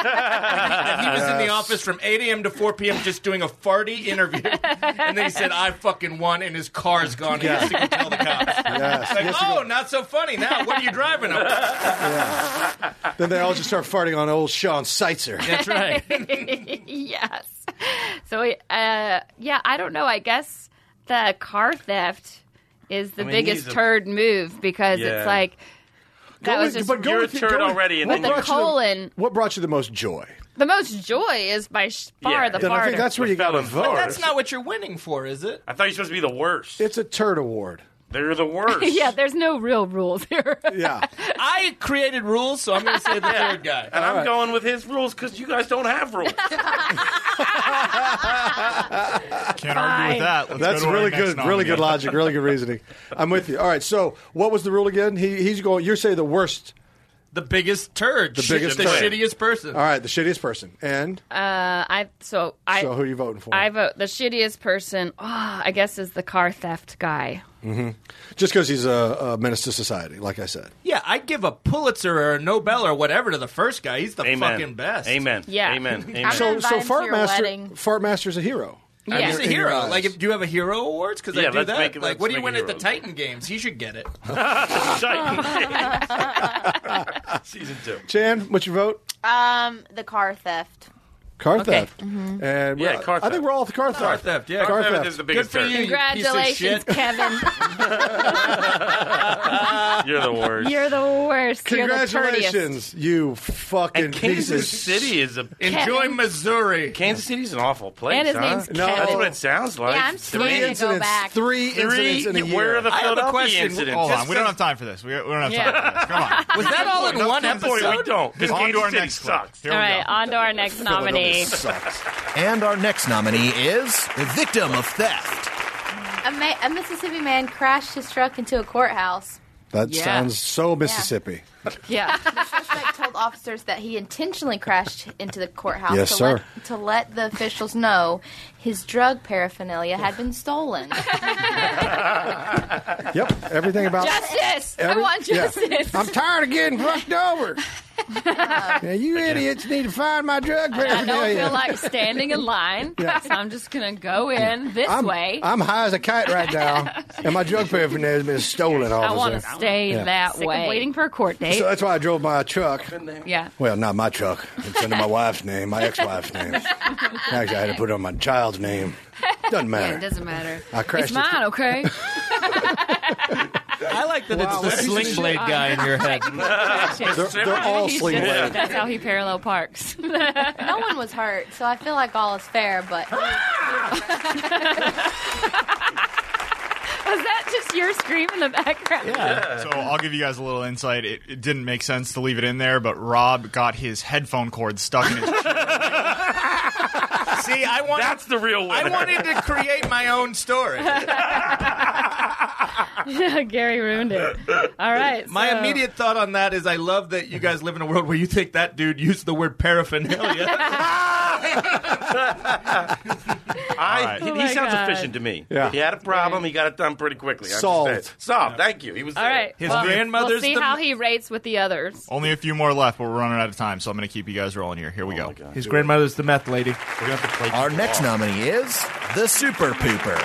Speaker 10: he was in the office from 8 a.m. to 4 p.m. just doing a farty interview, and then he said, "I fucking won," and his car's gone. He has to go tell the cops. It's like, oh, not so funny now. What are you driving? Up?
Speaker 5: *laughs* then they all just start farting on old Sean Seitzer.
Speaker 10: That's right.
Speaker 6: *laughs* yes. So, uh, yeah, I don't know. I guess the car theft is the
Speaker 9: I mean,
Speaker 6: biggest
Speaker 9: he's a-
Speaker 6: turd move because
Speaker 9: Yeah.
Speaker 6: it's like that was just
Speaker 9: You're a turd already, and
Speaker 6: with
Speaker 9: then
Speaker 6: the
Speaker 9: you-
Speaker 6: colon.
Speaker 5: What brought you the most joy?
Speaker 6: The most joy is by sh- far the
Speaker 5: then I think
Speaker 6: farter.
Speaker 5: that's where you got to vote.
Speaker 10: But that's not what you're winning for, is it?
Speaker 9: I thought you were supposed to be the worst.
Speaker 5: It's a turd award.
Speaker 9: They're the
Speaker 10: *laughs*
Speaker 9: worst.
Speaker 6: *laughs* yeah, there's no real rules here.
Speaker 5: Yeah.
Speaker 10: I created rules, so I'm going to say the third guy.
Speaker 9: And I'm going with his rules because you guys don't
Speaker 5: *laughs*
Speaker 9: have
Speaker 10: *laughs*
Speaker 9: rules.
Speaker 11: Can't argue with that. Let's
Speaker 5: That's
Speaker 11: go to our
Speaker 5: really
Speaker 11: next
Speaker 5: good, really good
Speaker 11: nominee.
Speaker 5: logic, really good reasoning. I'm with you. All right, so what was the rule again? He, he's going. You're saying the worst,
Speaker 10: The biggest turd.
Speaker 5: the
Speaker 10: Shit,
Speaker 5: biggest,
Speaker 10: the
Speaker 5: turd.
Speaker 10: shittiest person.
Speaker 5: All right, the shittiest person, and
Speaker 6: *laughs* Uh, I so I
Speaker 5: so who are you voting for?
Speaker 6: I vote the shittiest person. ah, I guess is the car theft guy.
Speaker 5: hmm Just because he's a, a menace to society, like I said.
Speaker 10: Yeah, I'd give a Pulitzer or a Nobel or whatever to the first guy. He's the fucking best.
Speaker 9: Amen.
Speaker 6: Yeah.
Speaker 9: Amen. Amen.
Speaker 5: So, so Fart Master,
Speaker 6: wedding.
Speaker 5: Fart Master's a hero.
Speaker 10: I mean, He's a
Speaker 5: In your
Speaker 10: hero.
Speaker 5: eyes.
Speaker 10: Like, if, do you have a hero awards? Because
Speaker 9: Yeah,
Speaker 10: I do
Speaker 9: let's
Speaker 10: that.
Speaker 9: make it-
Speaker 10: like,
Speaker 9: let's
Speaker 10: what do you
Speaker 9: make
Speaker 10: win
Speaker 9: it
Speaker 10: at the
Speaker 9: heroes.
Speaker 10: Titan Games? He
Speaker 9: *laughs*
Speaker 10: should get it. *laughs*
Speaker 20: uh,
Speaker 9: Season two.
Speaker 5: Chan, what's your vote?
Speaker 20: Um, the car theft.
Speaker 5: Car
Speaker 20: Okay.
Speaker 5: theft.
Speaker 20: Mhm.
Speaker 5: And
Speaker 9: Yeah, car
Speaker 5: I think
Speaker 9: theft.
Speaker 5: we're all for car theft.
Speaker 10: Car theft, yeah.
Speaker 5: Car theft.
Speaker 9: is the biggest
Speaker 10: Good for
Speaker 9: turd.
Speaker 10: you.
Speaker 6: Congratulations,
Speaker 5: *laughs*
Speaker 10: shit.
Speaker 6: Kevin.
Speaker 9: You're the
Speaker 6: *laughs*
Speaker 9: worst.
Speaker 6: You're the worst. You're the turdiest.
Speaker 5: Congratulations, you fucking
Speaker 9: And Kansas
Speaker 5: pieces.
Speaker 9: City is a
Speaker 10: Enjoy Missouri.
Speaker 9: Kansas City's an awful place.
Speaker 6: And his
Speaker 9: huh?
Speaker 6: name's
Speaker 9: no,
Speaker 6: Kevin.
Speaker 9: that's what it sounds like.
Speaker 20: Yeah, I'm scared
Speaker 9: Three
Speaker 20: to
Speaker 9: incidents.
Speaker 20: go back.
Speaker 5: Three, incidents in a
Speaker 9: Three?
Speaker 5: year.
Speaker 9: Where are the
Speaker 10: I have a
Speaker 9: Philadelphia
Speaker 10: question.
Speaker 9: incidents?
Speaker 11: Hold on,
Speaker 10: Just
Speaker 11: we don't have time for this. We, we don't have time for this. Come
Speaker 6: *laughs*
Speaker 11: on.
Speaker 10: Was that all in
Speaker 11: Enough
Speaker 10: one
Speaker 11: time for-
Speaker 10: episode?
Speaker 9: We don't. Because
Speaker 11: On to our
Speaker 9: Kansas City
Speaker 11: next clip.
Speaker 9: sucks.
Speaker 11: Here
Speaker 6: All
Speaker 11: we go.
Speaker 6: right, on to our next nominee.
Speaker 1: And our next nominee is the victim of theft.
Speaker 20: A, ma- a Mississippi man crashed his truck into a courthouse.
Speaker 5: That
Speaker 20: Yeah.
Speaker 5: sounds so Mississippi.
Speaker 6: *laughs*
Speaker 5: *laughs*
Speaker 6: Yeah.
Speaker 20: The suspect told officers that he intentionally crashed into the courthouse
Speaker 5: Yes,
Speaker 20: to,
Speaker 5: sir.
Speaker 20: Let, to let the officials know his drug paraphernalia had been
Speaker 6: *laughs*
Speaker 20: stolen.
Speaker 5: Yep, everything about
Speaker 6: Justice. I
Speaker 5: every-
Speaker 6: want
Speaker 5: yeah.
Speaker 6: justice.
Speaker 5: I'm tired of getting fucked
Speaker 6: *laughs*
Speaker 5: over. now, you idiots need to find my drug
Speaker 6: *laughs* I
Speaker 5: paraphernalia.
Speaker 6: don't feel like standing in line,
Speaker 5: *laughs* Yeah.
Speaker 6: so I'm just gonna go in this
Speaker 5: I'm,
Speaker 6: way.
Speaker 5: I'm high as a kite right now, and my drug paraphernalia has been stolen. Officer.
Speaker 6: I want to stay
Speaker 5: Yeah.
Speaker 6: that
Speaker 14: Sick of
Speaker 6: way.
Speaker 14: waiting
Speaker 6: for a court date.
Speaker 5: So that's why I drove my truck.
Speaker 6: yeah.
Speaker 5: Well, not my truck. It's under my wife's name, my ex-wife's
Speaker 6: *laughs*
Speaker 5: name. Actually, I had to put it on my child's name. *laughs* Doesn't
Speaker 6: Yeah,
Speaker 5: matter.
Speaker 6: it doesn't matter.
Speaker 5: I crashed
Speaker 6: it's
Speaker 5: it.
Speaker 6: mine,
Speaker 5: *laughs*
Speaker 6: okay?
Speaker 10: I like that
Speaker 5: Wow, what
Speaker 10: it's the
Speaker 5: a piece
Speaker 10: sling
Speaker 5: of
Speaker 6: *laughs*
Speaker 10: blade
Speaker 5: shit.
Speaker 10: guy in your head.
Speaker 5: They're, they're all
Speaker 6: He's
Speaker 5: sling
Speaker 6: just-
Speaker 15: *laughs*
Speaker 5: blade.
Speaker 6: That's how he parallel parks. *laughs*
Speaker 20: no one was hurt, so I feel like all is fair,
Speaker 6: *gasps*
Speaker 20: but
Speaker 6: Was that just your scream in the background?
Speaker 11: So I'll give you guys a little insight. It, it didn't make sense to leave it in there, but Rob got his headphone cord stuck in his
Speaker 10: *laughs* See, I want.
Speaker 9: That's the real winner.
Speaker 6: *laughs*
Speaker 10: I wanted to create my own story.
Speaker 6: yeah, *laughs* Gary ruined it. All right.
Speaker 15: My
Speaker 6: so-
Speaker 15: immediate thought on that is I love that you guys live in a world where you think that dude used the word paraphernalia.
Speaker 9: *laughs*
Speaker 15: *laughs*
Speaker 9: I,
Speaker 15: right.
Speaker 9: he,
Speaker 15: Oh
Speaker 9: he
Speaker 15: my
Speaker 9: sounds
Speaker 15: God.
Speaker 9: efficient to me.
Speaker 15: Yeah.
Speaker 9: He had a problem. He got it done pretty quickly. I'm
Speaker 11: Solved.
Speaker 9: just saying. Solved. Thank you. He was
Speaker 14: All
Speaker 9: there.
Speaker 14: right.
Speaker 11: His
Speaker 14: well,
Speaker 11: grandmother's
Speaker 14: We'll see
Speaker 11: the-
Speaker 14: how he rates with the others.
Speaker 11: Only a few more left, but we're running out of time, so I'm going to keep you guys rolling here. Here we go.
Speaker 15: His grandmother's the meth lady.
Speaker 11: Oh We're going to have to play
Speaker 1: Our next nominee is the Super Pooper.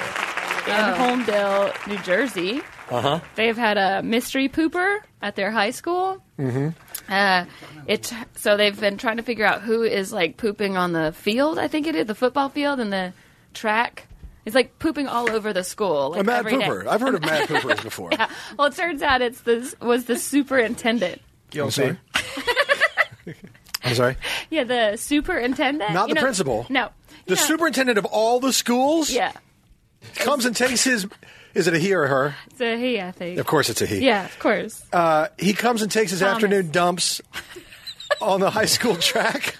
Speaker 6: in Holmdel, New Jersey.
Speaker 1: Uh huh.
Speaker 6: They've had a mystery pooper at their high school. *laughs*
Speaker 1: Mm-hmm.
Speaker 6: Uh, it so they've been trying to figure out who is like pooping on the field. I think it is the football field and the track. It's like pooping all over the school. Like
Speaker 5: a mad
Speaker 6: every day.
Speaker 5: pooper. I've heard of
Speaker 6: *laughs*
Speaker 5: mad poopers before.
Speaker 6: Yeah. Well, it turns out it's this was the superintendent.
Speaker 5: I'm sorry. *laughs* I'm sorry.
Speaker 6: Yeah, the superintendent.
Speaker 5: Not
Speaker 6: You
Speaker 5: the
Speaker 6: know-
Speaker 5: principal.
Speaker 6: No.
Speaker 5: The superintendent of all the schools
Speaker 6: Yeah.
Speaker 5: comes and takes his. Is it a he or a her?
Speaker 6: It's a he, I think.
Speaker 5: Of course, it's a he.
Speaker 6: Yeah, of course.
Speaker 5: Uh, he comes and takes his
Speaker 6: Thomas.
Speaker 5: afternoon dumps on the high school
Speaker 6: *laughs*
Speaker 5: track.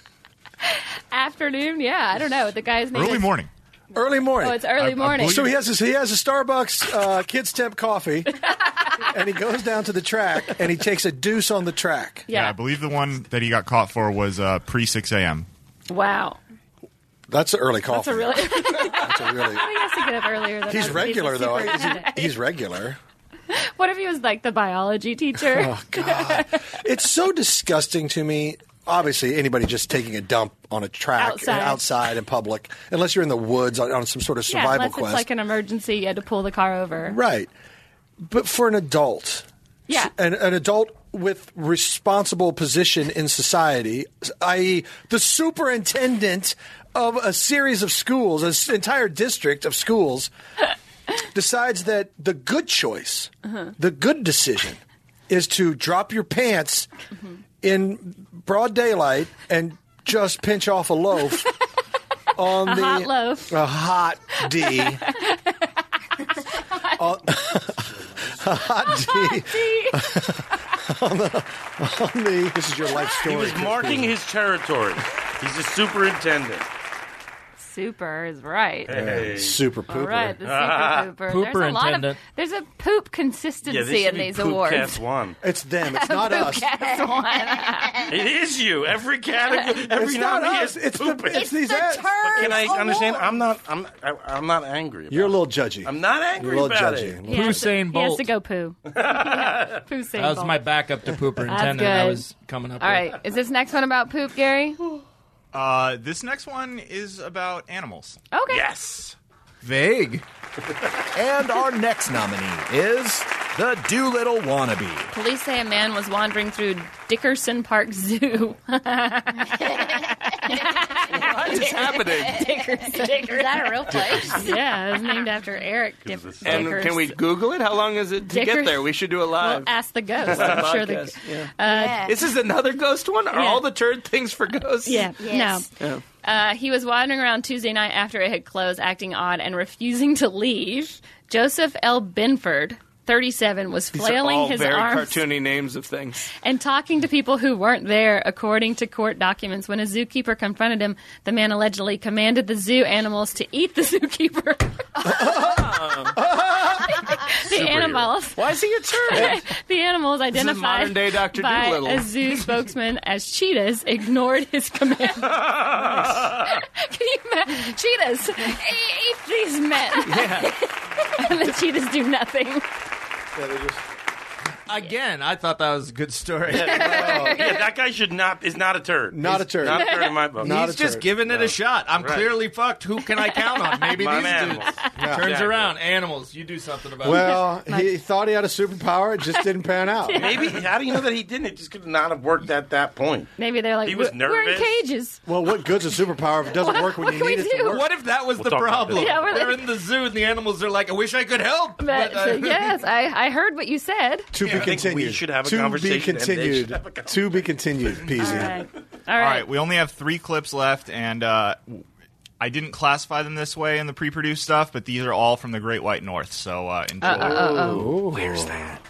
Speaker 6: Afternoon, yeah. I don't know. The guy's name is-
Speaker 5: Early morning.
Speaker 6: Oh, it's early I- I morning. believe-
Speaker 5: so he has his, he has a Starbucks uh, kids temp
Speaker 6: *laughs*
Speaker 5: coffee, and he goes down to the track and he takes a deuce on the track.
Speaker 11: Yeah. I believe the one that he got caught for was uh, pre 6 a.m.
Speaker 6: Wow.
Speaker 5: That's an early
Speaker 6: That's
Speaker 5: coffee.
Speaker 6: a really. *laughs*
Speaker 5: That's a really.
Speaker 6: I think I was thinking of earlier. Than I was-
Speaker 5: He's
Speaker 6: a
Speaker 5: regular though. He's,
Speaker 6: superintendent.
Speaker 5: he's regular.
Speaker 6: *laughs* What if he was like the biology teacher?
Speaker 5: *laughs* Oh God! it's so disgusting to me. Obviously, anybody just taking a dump on a track
Speaker 6: Outside.
Speaker 5: outside in public, unless you're in the woods on, on some sort of
Speaker 6: yeah,
Speaker 5: survival
Speaker 6: unless
Speaker 5: quest,
Speaker 6: it's like an emergency, you had to pull the car over.
Speaker 5: right? But for an adult,
Speaker 6: Yeah.
Speaker 5: an, an adult with responsible position in society, i.e., the superintendent of a series of schools, an s- entire district of
Speaker 6: *laughs*
Speaker 5: schools, decides that the good choice,
Speaker 6: Uh-huh.
Speaker 5: the good decision, is to drop your pants
Speaker 6: Mm-hmm.
Speaker 5: in broad daylight and just pinch off a
Speaker 6: *laughs*
Speaker 5: loaf on
Speaker 6: A
Speaker 5: the
Speaker 6: hot loaf.
Speaker 5: a hot D.
Speaker 6: *laughs*
Speaker 18: Uh,
Speaker 5: on, a hot D.
Speaker 19: *laughs*
Speaker 5: on the, on the this is your life story.
Speaker 9: *laughs* He was marking his territory. He's a superintendent.
Speaker 6: Super is right.
Speaker 9: Hey. Super
Speaker 6: All right, the super pooper. There's a lot of
Speaker 9: Pooperintendent.
Speaker 6: there's a poop consistency in these awards. *laughs*
Speaker 9: one.
Speaker 5: It's them. It's not
Speaker 6: Poop
Speaker 5: us.
Speaker 6: cast one.
Speaker 9: It is you. Every category,
Speaker 5: It's
Speaker 9: every
Speaker 5: not
Speaker 9: nominee
Speaker 5: us.
Speaker 9: is
Speaker 5: It's the-
Speaker 9: pooping.
Speaker 5: it's It's these the ads.
Speaker 9: But Can I understand? I'm not. I'm. I, I'm not angry. About
Speaker 5: You're a little judgy.
Speaker 9: I'm not angry
Speaker 5: You're a little
Speaker 9: about
Speaker 5: judgy.
Speaker 9: it.
Speaker 6: He has to-
Speaker 13: Usain
Speaker 6: He
Speaker 9: *laughs*
Speaker 6: has *laughs*
Speaker 13: Bolt.
Speaker 6: to go poo. Poosane
Speaker 13: That was
Speaker 6: Bolt.
Speaker 13: my backup to Pooper
Speaker 6: That's
Speaker 13: Intendant. I
Speaker 6: good.
Speaker 13: was coming up.
Speaker 6: All
Speaker 13: with.
Speaker 6: right, is this next one about poop, Gary?
Speaker 11: Uh, this next one is about animals.
Speaker 6: Okay.
Speaker 11: Yes.
Speaker 1: Vague. and our next nominee is the Doolittle wannabe.
Speaker 6: Police say a man was wandering through Dickerson Park Zoo. *laughs*
Speaker 9: What is happening?
Speaker 6: Dickerson.
Speaker 20: Is that a real
Speaker 9: place?
Speaker 6: yeah, it was named after Eric Dick- Dickerson.
Speaker 18: And can we Google it? How long is it to
Speaker 6: Dickers-
Speaker 18: get there? We should do a
Speaker 6: Well,
Speaker 18: live.
Speaker 6: ask the ghost. I'm sure the.
Speaker 18: Podcast, yeah.
Speaker 6: Uh,
Speaker 18: This is another ghost one. Are
Speaker 6: Yeah.
Speaker 18: all the turd things for ghosts? Oh.
Speaker 6: Yeah. Yes.
Speaker 18: No. Yeah.
Speaker 6: Uh, he was wandering around Tuesday night after it had closed, acting odd and refusing to leave. Joseph L. Binford, 37, was
Speaker 18: These
Speaker 6: flailing
Speaker 18: are all
Speaker 6: his
Speaker 18: very
Speaker 6: arms
Speaker 18: cartoony names of
Speaker 15: *laughs*
Speaker 18: things.
Speaker 6: and talking to people who weren't there, according to court documents. When a zookeeper confronted him, the man allegedly commanded the zoo animals to eat
Speaker 18: *laughs*
Speaker 6: the *laughs* zookeeper.
Speaker 15: Um,
Speaker 6: the animals.
Speaker 18: Why is he a turd?
Speaker 6: *laughs* the animals
Speaker 18: This is
Speaker 6: identified
Speaker 18: modern-day Dr.
Speaker 6: by
Speaker 18: Dolittle. *laughs*
Speaker 6: a zoo spokesman as cheetahs ignored his command. *laughs* Can you imagine? Cheetahs, e- eat
Speaker 18: *laughs*
Speaker 6: these men. *laughs* and the cheetahs do nothing.
Speaker 15: Again, I thought that was a good story. *laughs*
Speaker 9: yeah, that guy should not. Is not a turd.
Speaker 15: Not
Speaker 9: He's
Speaker 15: a turd.
Speaker 9: Not a turd in my book.
Speaker 15: He's just giving it a shot. I'm clearly fucked. Who can I count
Speaker 19: *laughs*
Speaker 15: on? Maybe
Speaker 9: My
Speaker 15: these
Speaker 9: animals.
Speaker 15: dudes.
Speaker 9: Yeah.
Speaker 15: Turns
Speaker 9: Exactly.
Speaker 15: around, animals. You do something about
Speaker 19: Well,
Speaker 15: it.
Speaker 19: he thought he had a superpower. It just didn't pan
Speaker 9: *laughs*
Speaker 19: out.
Speaker 9: Maybe. How do you know that he didn't? It just could not have worked at that point.
Speaker 6: Maybe they're like,
Speaker 9: He was
Speaker 6: "We're- we're in
Speaker 9: nervous.
Speaker 6: cages.
Speaker 19: Well, what good's a superpower if it doesn't work when you need it to work?
Speaker 15: What if that was
Speaker 19: We'll
Speaker 15: the
Speaker 19: talk about
Speaker 15: problem?
Speaker 19: this.
Speaker 6: Yeah, we're
Speaker 15: They're
Speaker 6: like-
Speaker 15: in the zoo, and the animals are like, "I wish I could
Speaker 21: *laughs*
Speaker 15: help."
Speaker 6: *laughs* But,
Speaker 15: uh,
Speaker 6: so,
Speaker 15: *laughs*
Speaker 6: yes, I, I heard what you said.
Speaker 19: To be continued.
Speaker 9: should have a
Speaker 19: to
Speaker 9: conversation
Speaker 19: Be
Speaker 9: and they should
Speaker 19: continued.
Speaker 9: have
Speaker 19: To be continued. Peasy.
Speaker 6: All
Speaker 11: All
Speaker 6: right.
Speaker 11: right, we only have three clips left, and uh, I didn't classify them this way in the pre-produced stuff, but these are all from the Great White North. So uh, enjoy.
Speaker 6: Uh, uh, uh, uh.
Speaker 11: Where's that?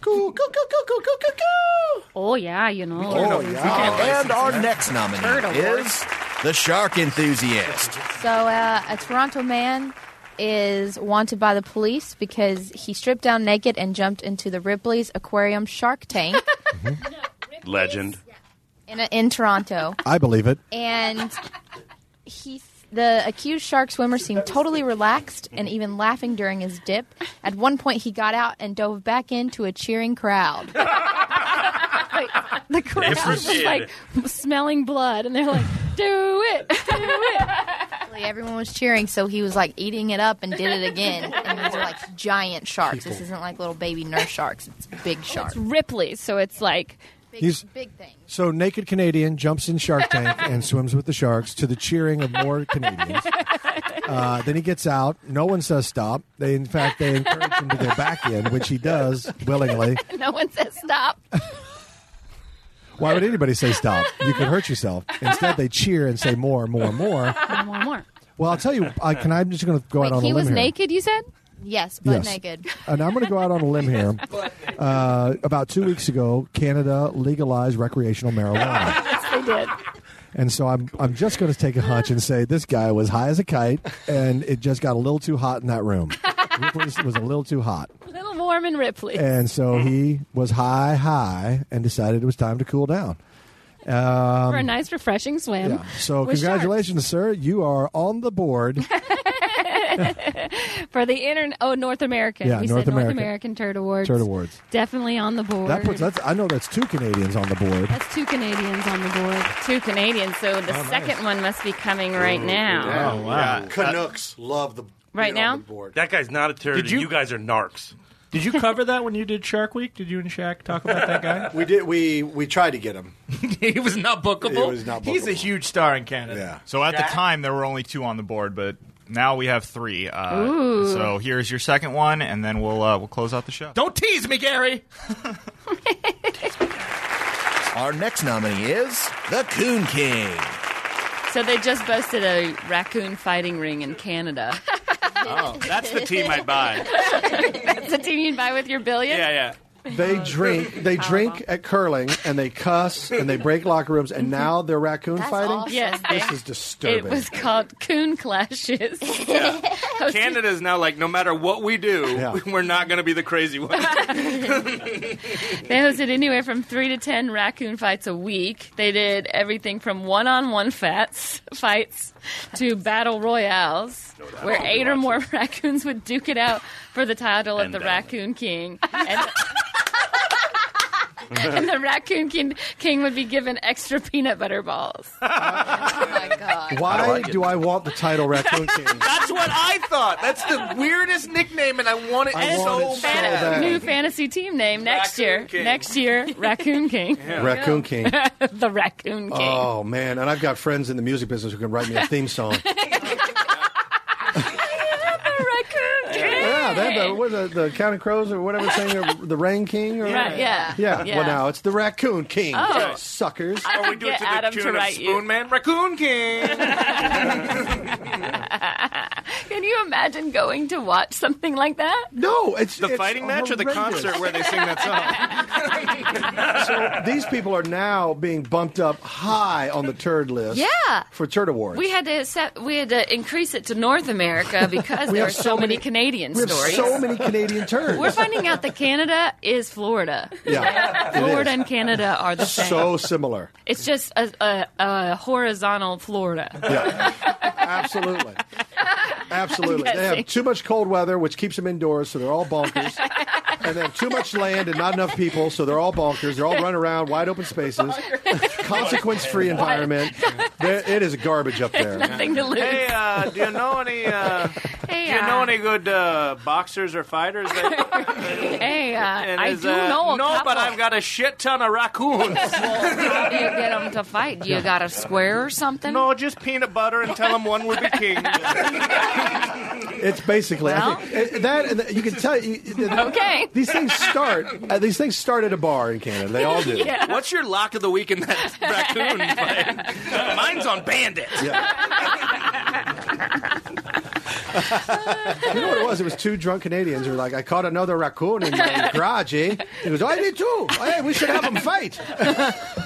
Speaker 6: Go, go, go, go, go, go, go, go. Oh, yeah, you know.
Speaker 1: Oh, yeah. And our next nominee
Speaker 20: Turtle
Speaker 1: is the shark enthusiast.
Speaker 20: So, uh, a Toronto man
Speaker 8: is wanted by the police because he stripped down naked and jumped into the Ripley's Aquarium shark tank
Speaker 9: Legend.
Speaker 8: in, in Toronto.
Speaker 5: I believe it.
Speaker 8: and he the accused shark swimmer seemed totally relaxed and even laughing during his dip. At one point, he got out and dove back into a cheering crowd.
Speaker 21: The crowd was like smelling blood, and they're like, "Do it, do it!"
Speaker 8: Like, Everyone was cheering, so he was like eating it up and did it again. And these are like giant sharks. This isn't like little baby nurse sharks; it's big sharks.
Speaker 21: It's Ripley, so it's like
Speaker 5: He's-
Speaker 8: big thing.
Speaker 5: So naked Canadian jumps in Shark Tank and swims with the sharks to the cheering of more
Speaker 8: *laughs*
Speaker 5: Canadians. Uh, then he gets out. No one says stop. They, in fact, they encourage him to go back in, which he does willingly.
Speaker 21: *laughs* no one says
Speaker 5: *laughs*
Speaker 21: stop.
Speaker 5: Why would anybody say stop? You could hurt yourself. Instead, they cheer and say more, more, more.
Speaker 21: more, more.
Speaker 5: Well, I'll tell you. I, can I- I'm just going to go out on a
Speaker 8: he
Speaker 5: limb
Speaker 8: was
Speaker 5: here.
Speaker 8: naked. You said yes, but
Speaker 5: Yes.
Speaker 8: naked.
Speaker 5: And I'm going to go out on a limb here. Uh, about two weeks ago, Canada legalized recreational
Speaker 21: *laughs*
Speaker 5: marijuana.
Speaker 21: yes, they did.
Speaker 5: And so I'm I'm just going to take a hunch and say this guy was high as a kite, and it just got a little too hot in that room. Ripley's was a little too hot,
Speaker 21: Little warm and Ripley.
Speaker 5: and so he was high, high, and decided it was time to cool down. Um,
Speaker 21: for a nice, refreshing swim.
Speaker 5: yeah. So
Speaker 21: with
Speaker 5: congratulations, sir. You are on the board.
Speaker 21: sharks. for the intern. Oh, North American.
Speaker 5: Yeah,
Speaker 21: we
Speaker 5: North
Speaker 21: said North
Speaker 5: American.
Speaker 21: American Turd Awards.
Speaker 5: Turd Awards.
Speaker 21: Definitely on the board.
Speaker 5: That puts that's I know that's two Canadians on the board.
Speaker 21: That's two Canadians on the board.
Speaker 6: Two Canadians, so the second one must be coming right now.
Speaker 9: Oh, wow.
Speaker 22: Canucks love the
Speaker 6: Right now?
Speaker 9: That guy's not a turd.
Speaker 23: Did you-
Speaker 9: You-, guys are narcs.
Speaker 23: Did you cover that when you did Shark Week? Did you and Shaq talk
Speaker 15: *laughs*
Speaker 23: about that guy?
Speaker 22: We did. We we tried to get him.
Speaker 23: *laughs* he was not bookable.
Speaker 22: He was not
Speaker 23: He's a
Speaker 22: bookable.
Speaker 23: huge star in Canada.
Speaker 22: Yeah.
Speaker 11: So at the
Speaker 23: Jack?
Speaker 11: time, there were only two on the board, but now we have three. Uh,
Speaker 23: Ooh.
Speaker 11: so here's your second one, and then we'll uh, we'll close out the
Speaker 9: *laughs*
Speaker 11: show.
Speaker 23: Don't tease me, Gary.
Speaker 1: Our next nominee is the Coon King.
Speaker 6: So they just busted a raccoon fighting ring in Canada. *laughs*
Speaker 9: Oh, that's the team I buy.
Speaker 6: That's the team you'd buy with your billion.
Speaker 9: Yeah, yeah.
Speaker 5: They drink. They drink at curling, and they cuss, and they break locker rooms, and now they're raccoon fighting.
Speaker 6: Yes,
Speaker 5: This
Speaker 6: they-
Speaker 5: is disturbing.
Speaker 6: It was called Coon Clashes.
Speaker 10: Canada is now like, no matter what we do, *laughs* we're not going to be the crazy one.
Speaker 6: *laughs* They hosted anywhere from three to ten raccoon fights a week. They did everything from one-on-one fats *laughs* fights to battle royales, where eight or more *laughs* raccoons would duke it out for the title of
Speaker 21: And
Speaker 6: the
Speaker 21: down.
Speaker 6: Raccoon King. And, *laughs* and the Raccoon King, King would be given extra peanut butter balls.
Speaker 5: Why do I want the title Raccoon King?
Speaker 24: That's what I thought. That's the weirdest nickname, and I want it
Speaker 6: And
Speaker 24: so
Speaker 6: it's a fan-
Speaker 24: bad.
Speaker 6: new fantasy team name next year.
Speaker 24: King.
Speaker 6: Next year, Raccoon King.
Speaker 24: Yeah.
Speaker 5: *laughs* Raccoon King.
Speaker 6: *laughs* the Raccoon King.
Speaker 5: Oh man, and I've got friends in the music business who can write me a theme song.
Speaker 6: Raccoon King.
Speaker 5: yeah, that, the, what is it, the Counting Crows or whatever thing,
Speaker 6: *laughs*
Speaker 5: the, the Rain King, or
Speaker 6: Right, yeah.
Speaker 5: yeah,
Speaker 6: Yeah.
Speaker 5: Well, now it's the Raccoon King,
Speaker 6: Oh.
Speaker 5: suckers.
Speaker 6: I
Speaker 24: Or we
Speaker 6: could
Speaker 24: do it
Speaker 6: get
Speaker 24: to the
Speaker 6: Adam
Speaker 24: tune
Speaker 6: to
Speaker 24: of
Speaker 6: write you.
Speaker 24: Spoon Man, Raccoon King.
Speaker 6: *laughs* Can you imagine going to watch something like that?
Speaker 5: No, it's
Speaker 10: The fighting match or the concert where they
Speaker 5: *laughs*
Speaker 10: sing that
Speaker 6: *laughs*
Speaker 10: song?
Speaker 5: so *laughs* these people are now being bumped up high on the turd list.
Speaker 6: Yeah.
Speaker 5: for turd awards.
Speaker 6: We had to accept, we had to increase it to North America because
Speaker 5: *laughs* We
Speaker 6: there
Speaker 5: have
Speaker 6: were so,
Speaker 5: so
Speaker 6: many,
Speaker 5: many-
Speaker 6: Canadian
Speaker 5: we have
Speaker 6: stories.
Speaker 5: so many
Speaker 1: *laughs*
Speaker 5: Canadian turds.
Speaker 6: We're finding out that Canada is Florida.
Speaker 5: yeah, it is.
Speaker 6: Florida and Canada are the same.
Speaker 5: so similar.
Speaker 6: it's just a, a, a horizontal Florida.
Speaker 5: Yeah, *laughs* absolutely. Absolutely.
Speaker 6: *laughs*
Speaker 5: They
Speaker 6: I'm
Speaker 5: have
Speaker 6: guessing.
Speaker 5: too much cold weather, which keeps them indoors, so they're all
Speaker 6: *laughs*
Speaker 5: bonkers. and they have too much land and not enough people, so they're all bonkers. They're all running around, wide open
Speaker 6: *laughs*
Speaker 5: spaces, consequence free environment. They're, it is garbage up there.
Speaker 6: Nothing to lose.
Speaker 10: Hey, uh, do you know any? Uh,
Speaker 6: Hey,
Speaker 10: do you know
Speaker 6: uh,
Speaker 10: any good uh, boxers or fighters?
Speaker 6: *laughs*
Speaker 10: That,
Speaker 6: Hey, uh,
Speaker 10: and
Speaker 6: I
Speaker 10: is,
Speaker 6: do
Speaker 10: uh,
Speaker 6: know a
Speaker 10: No,
Speaker 6: couple.
Speaker 10: but I've got a shit ton of raccoons.
Speaker 6: How do you get them to fight? Do you got a square or *laughs* something?
Speaker 10: no, just peanut butter and tell them one would be
Speaker 6: *laughs*
Speaker 10: king.
Speaker 5: It's basically I think, eh, that, and that- you can tell. You,
Speaker 6: Okay.
Speaker 5: These things start. uh, these things start at a bar in Canada. They all
Speaker 10: *laughs*
Speaker 5: do.
Speaker 10: What's your lock of the week in
Speaker 6: *laughs*
Speaker 10: that raccoon fight? Mine's on bandit.
Speaker 5: You know what it was? It was two drunk Canadians who were like, "I caught another raccoon in my garage." Eh? He goes, "I did too. Hey, we should have them fight."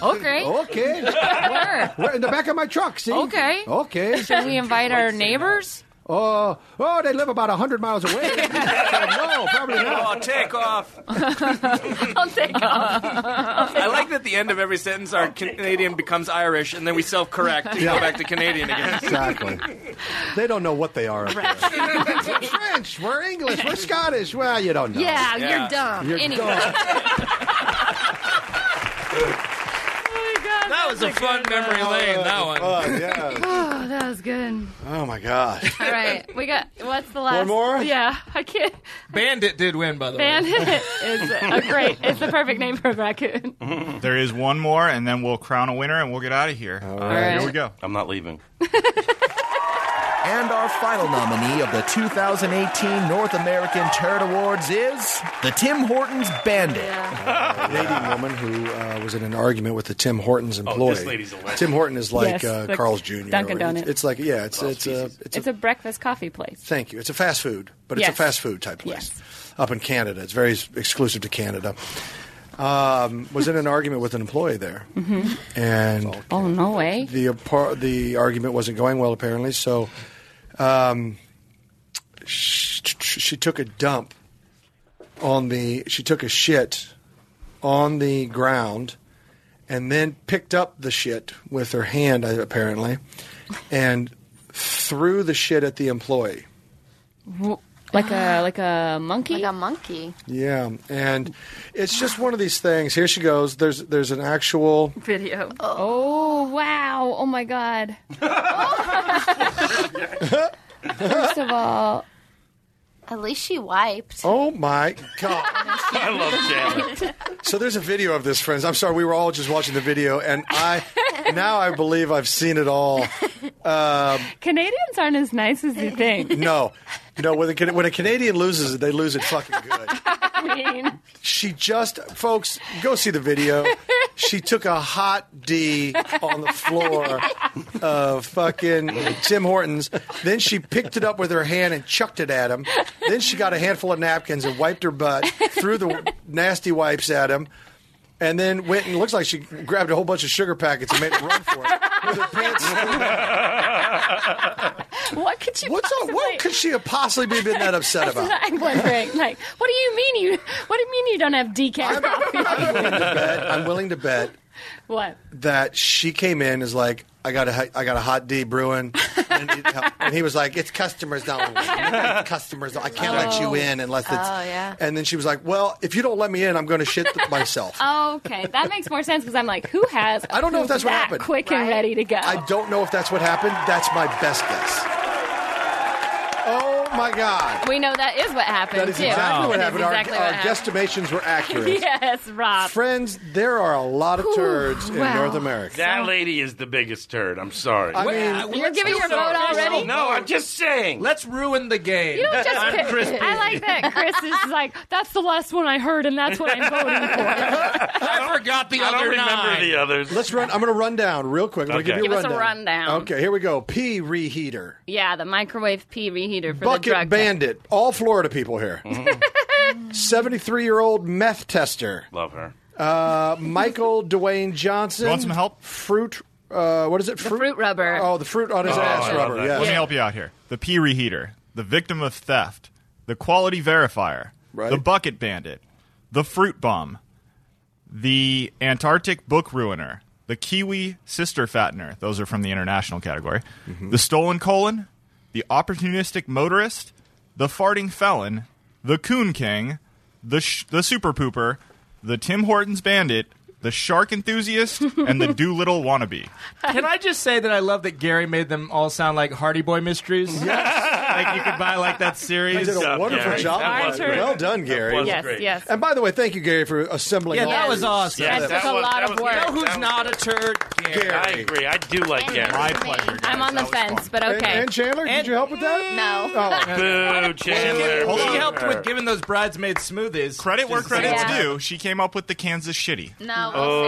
Speaker 6: Okay.
Speaker 5: Okay.
Speaker 6: Where?
Speaker 5: We're in the back of my truck. See?
Speaker 6: Okay.
Speaker 5: Okay.
Speaker 6: Should we invite our neighbors?
Speaker 19: Oh, oh, they live about hundred miles away. no,
Speaker 18: *laughs*
Speaker 19: probably
Speaker 18: not. Oh, take off.
Speaker 14: *laughs* I'll take off.
Speaker 18: I like that the end of every sentence our Canadian becomes Irish, and then we self-correct and
Speaker 5: Yeah.
Speaker 18: go back to Canadian again.
Speaker 14: Oh
Speaker 19: Exactly.
Speaker 5: They don't know what they are. up there.
Speaker 19: we're French. We're English. We're Scottish. Well, you don't know.
Speaker 14: Yeah, you're dumb.
Speaker 19: You're
Speaker 14: anyway.
Speaker 19: dumb.
Speaker 14: oh my god.
Speaker 18: That was a fun memory lane. That one.
Speaker 5: Oh, yeah.
Speaker 14: *laughs* Oh, that was good.
Speaker 5: Oh my god.
Speaker 14: All right, we got what's the last?
Speaker 5: One more?
Speaker 14: Yeah, I can't.
Speaker 18: Bandit did win, by the
Speaker 14: Bandit *laughs* is a
Speaker 18: *laughs*
Speaker 14: great. It's the perfect name for a raccoon.
Speaker 11: There is one more, and then we'll crown a winner, and we'll get out of here. All
Speaker 14: right.
Speaker 11: Here we go.
Speaker 9: I'm not leaving.
Speaker 1: And our final nominee of the 2018 North American Turd Awards is the Tim Hortons Bandit.
Speaker 5: lady woman who uh, was in an argument with the Tim Hortons employee.
Speaker 9: Oh, this lady's a legend.
Speaker 5: Tim Horton is like
Speaker 14: Yes,
Speaker 5: uh,
Speaker 14: the
Speaker 5: Carl's Jr.
Speaker 14: Dunkin'
Speaker 5: or-
Speaker 14: Donuts.
Speaker 5: It's, it's like yeah, it's it's a it's,
Speaker 14: It's,
Speaker 5: a,
Speaker 14: a breakfast coffee place.
Speaker 5: thank you. It's a fast food, but it's
Speaker 14: Yes.
Speaker 5: a fast food type place up in Canada. It's very s- exclusive to Canada. Um, was in an argument with an employee there,
Speaker 14: Mhm.
Speaker 5: and
Speaker 14: Oh no way.
Speaker 5: the apar- the argument wasn't going well apparently. So, um, she, she took a dump on the she took a shit on the ground, and then picked up the shit with her hand uh, apparently, and threw the shit at the employee.
Speaker 14: Like a like a monkey. Like
Speaker 8: a monkey.
Speaker 5: Yeah, and it's just one of these things. Here she goes. There's there's an actual
Speaker 14: Video. Oh wow. Oh my god.
Speaker 20: First of all,
Speaker 8: At least
Speaker 9: *laughs*
Speaker 8: she wiped.
Speaker 5: Oh my god.
Speaker 8: I
Speaker 5: love So there's a video of this, friends. I'm sorry, we were all just watching the video, and I now I believe I've seen it all. Um,
Speaker 14: Canadians aren't as nice as you think.
Speaker 5: *laughs* no, no. When a, Can- when a Canadian loses it, they lose it fucking
Speaker 14: *laughs*
Speaker 5: good.
Speaker 14: I mean,
Speaker 5: She just, folks, go see the video. She took a hot D on the floor of fucking Tim Hortons. Then she picked it up with her hand and chucked it at him. Then she got a handful of napkins and wiped her butt, threw the nasty wipes at him, and then went and looks like she grabbed a whole bunch of sugar packets and made it run for
Speaker 14: *laughs*
Speaker 5: it. With her pants
Speaker 14: *laughs* what could you?
Speaker 5: What's up? What could she have possibly be been that upset
Speaker 14: That's
Speaker 5: about?
Speaker 14: what I'm *laughs* wondering. Like, what do you mean you? What do you mean you don't have decaf
Speaker 5: I'm willing to
Speaker 14: coffee?
Speaker 5: bet- I'm willing to bet
Speaker 14: *laughs* what?
Speaker 5: that she came in is like, I got a, hi- I got a hot D brewing, and, he- and he was like, "It's customers only. It's customers. only. I can't let
Speaker 14: Oh.
Speaker 5: you in unless it's."
Speaker 14: Oh, yeah.
Speaker 5: And then she was like, "Well, if you don't let me in, I'm going to shit th- myself."
Speaker 14: okay, that makes more sense because I'm like, who has? I
Speaker 5: don't know if that's what
Speaker 14: that
Speaker 5: happened.
Speaker 14: Quick and ready to go.
Speaker 5: I don't know if that's what happened. That's my best guess. Oh my god,
Speaker 6: we know that is what happened
Speaker 5: that is
Speaker 6: too.
Speaker 5: exactly what
Speaker 6: That is
Speaker 5: happened.
Speaker 6: exactly
Speaker 5: our
Speaker 6: what
Speaker 5: our
Speaker 14: *laughs*
Speaker 6: happened.
Speaker 5: guesstimations were
Speaker 6: *laughs*
Speaker 5: accurate.
Speaker 14: yes, Rob.
Speaker 5: Friends, there are a lot of
Speaker 14: Whew,
Speaker 5: turds in
Speaker 14: wow.
Speaker 5: North America.
Speaker 9: That lady is the biggest turd. I'm sorry.
Speaker 5: I mean-
Speaker 14: You're giving your vote already.
Speaker 9: No, I'm just *laughs* saying.
Speaker 10: Let's ruin the game.
Speaker 14: You don't just.
Speaker 10: I'm
Speaker 14: pick-
Speaker 10: Chris
Speaker 14: I like that Chris is like, that's the last one I heard, and that's what I'm voting
Speaker 5: *laughs*
Speaker 14: for.
Speaker 10: I forgot the
Speaker 9: I don't
Speaker 10: other
Speaker 9: remember
Speaker 10: nine.
Speaker 9: the others.
Speaker 5: Let's run. I'm going to run down real quick. I'm gonna
Speaker 9: Okay.
Speaker 5: give you
Speaker 14: Give
Speaker 5: a
Speaker 14: us a
Speaker 5: rundown.
Speaker 14: rundown.
Speaker 5: Okay, here we go. P reheater.
Speaker 14: Yeah, the microwave pee reheater for the
Speaker 5: Bucket
Speaker 14: drug
Speaker 5: bandit. All Florida people here. 73 year old meth tester.
Speaker 9: Love her.
Speaker 5: Uh, Michael Dwayne Johnson.
Speaker 11: You want some help?
Speaker 5: Fruit. Uh, what is it? Fruit,
Speaker 14: rubber.
Speaker 5: Oh, the fruit on his
Speaker 11: Oh,
Speaker 5: ass
Speaker 11: I love
Speaker 5: rubber.
Speaker 11: that.
Speaker 5: Yeah.
Speaker 11: Let me help you out here. The pee reheater, the victim of theft, the quality verifier, the bucket bandit, the fruit bomb, the Antarctic book ruiner, the kiwi sister fattener. Those are from the international category.
Speaker 5: Mm-hmm.
Speaker 11: The stolen colon, the opportunistic motorist, the farting felon, the coon king, the sh- the super pooper, the Tim Hortons bandit. The shark enthusiast
Speaker 5: *laughs*
Speaker 11: and the Doolittle wannabe.
Speaker 10: *laughs* Can I just say that I love that Gary made them all sound like Hardy Boy
Speaker 5: *laughs*
Speaker 10: mysteries? Yes. like you could buy like that
Speaker 5: You
Speaker 10: series.
Speaker 5: did a wonderful job. on that. Well done, Gary.
Speaker 10: was Yes, great. yes.
Speaker 5: And by the way, thank you, Gary, for assembling.
Speaker 10: Yeah,
Speaker 5: all
Speaker 10: that
Speaker 5: of
Speaker 10: was
Speaker 5: these.
Speaker 10: awesome.
Speaker 5: Yeah,
Speaker 10: That
Speaker 5: that
Speaker 10: was-
Speaker 5: was-
Speaker 10: lot of work. You know who's
Speaker 9: not
Speaker 10: a turd?
Speaker 9: Gary. I agree. I do like Gary.
Speaker 11: My pleasure.
Speaker 6: I'm on the fence, but
Speaker 5: And-
Speaker 6: okay.
Speaker 5: And, Chandler, did you help with that? Oh.
Speaker 6: No.
Speaker 9: Boo, Chandler.
Speaker 10: She
Speaker 9: boo
Speaker 10: helped
Speaker 9: her.
Speaker 10: with giving those bridesmaid smoothies.
Speaker 11: Credit where
Speaker 10: Just-
Speaker 11: credit's due. She came up with the Kansas shitty.
Speaker 6: No.
Speaker 11: Oh,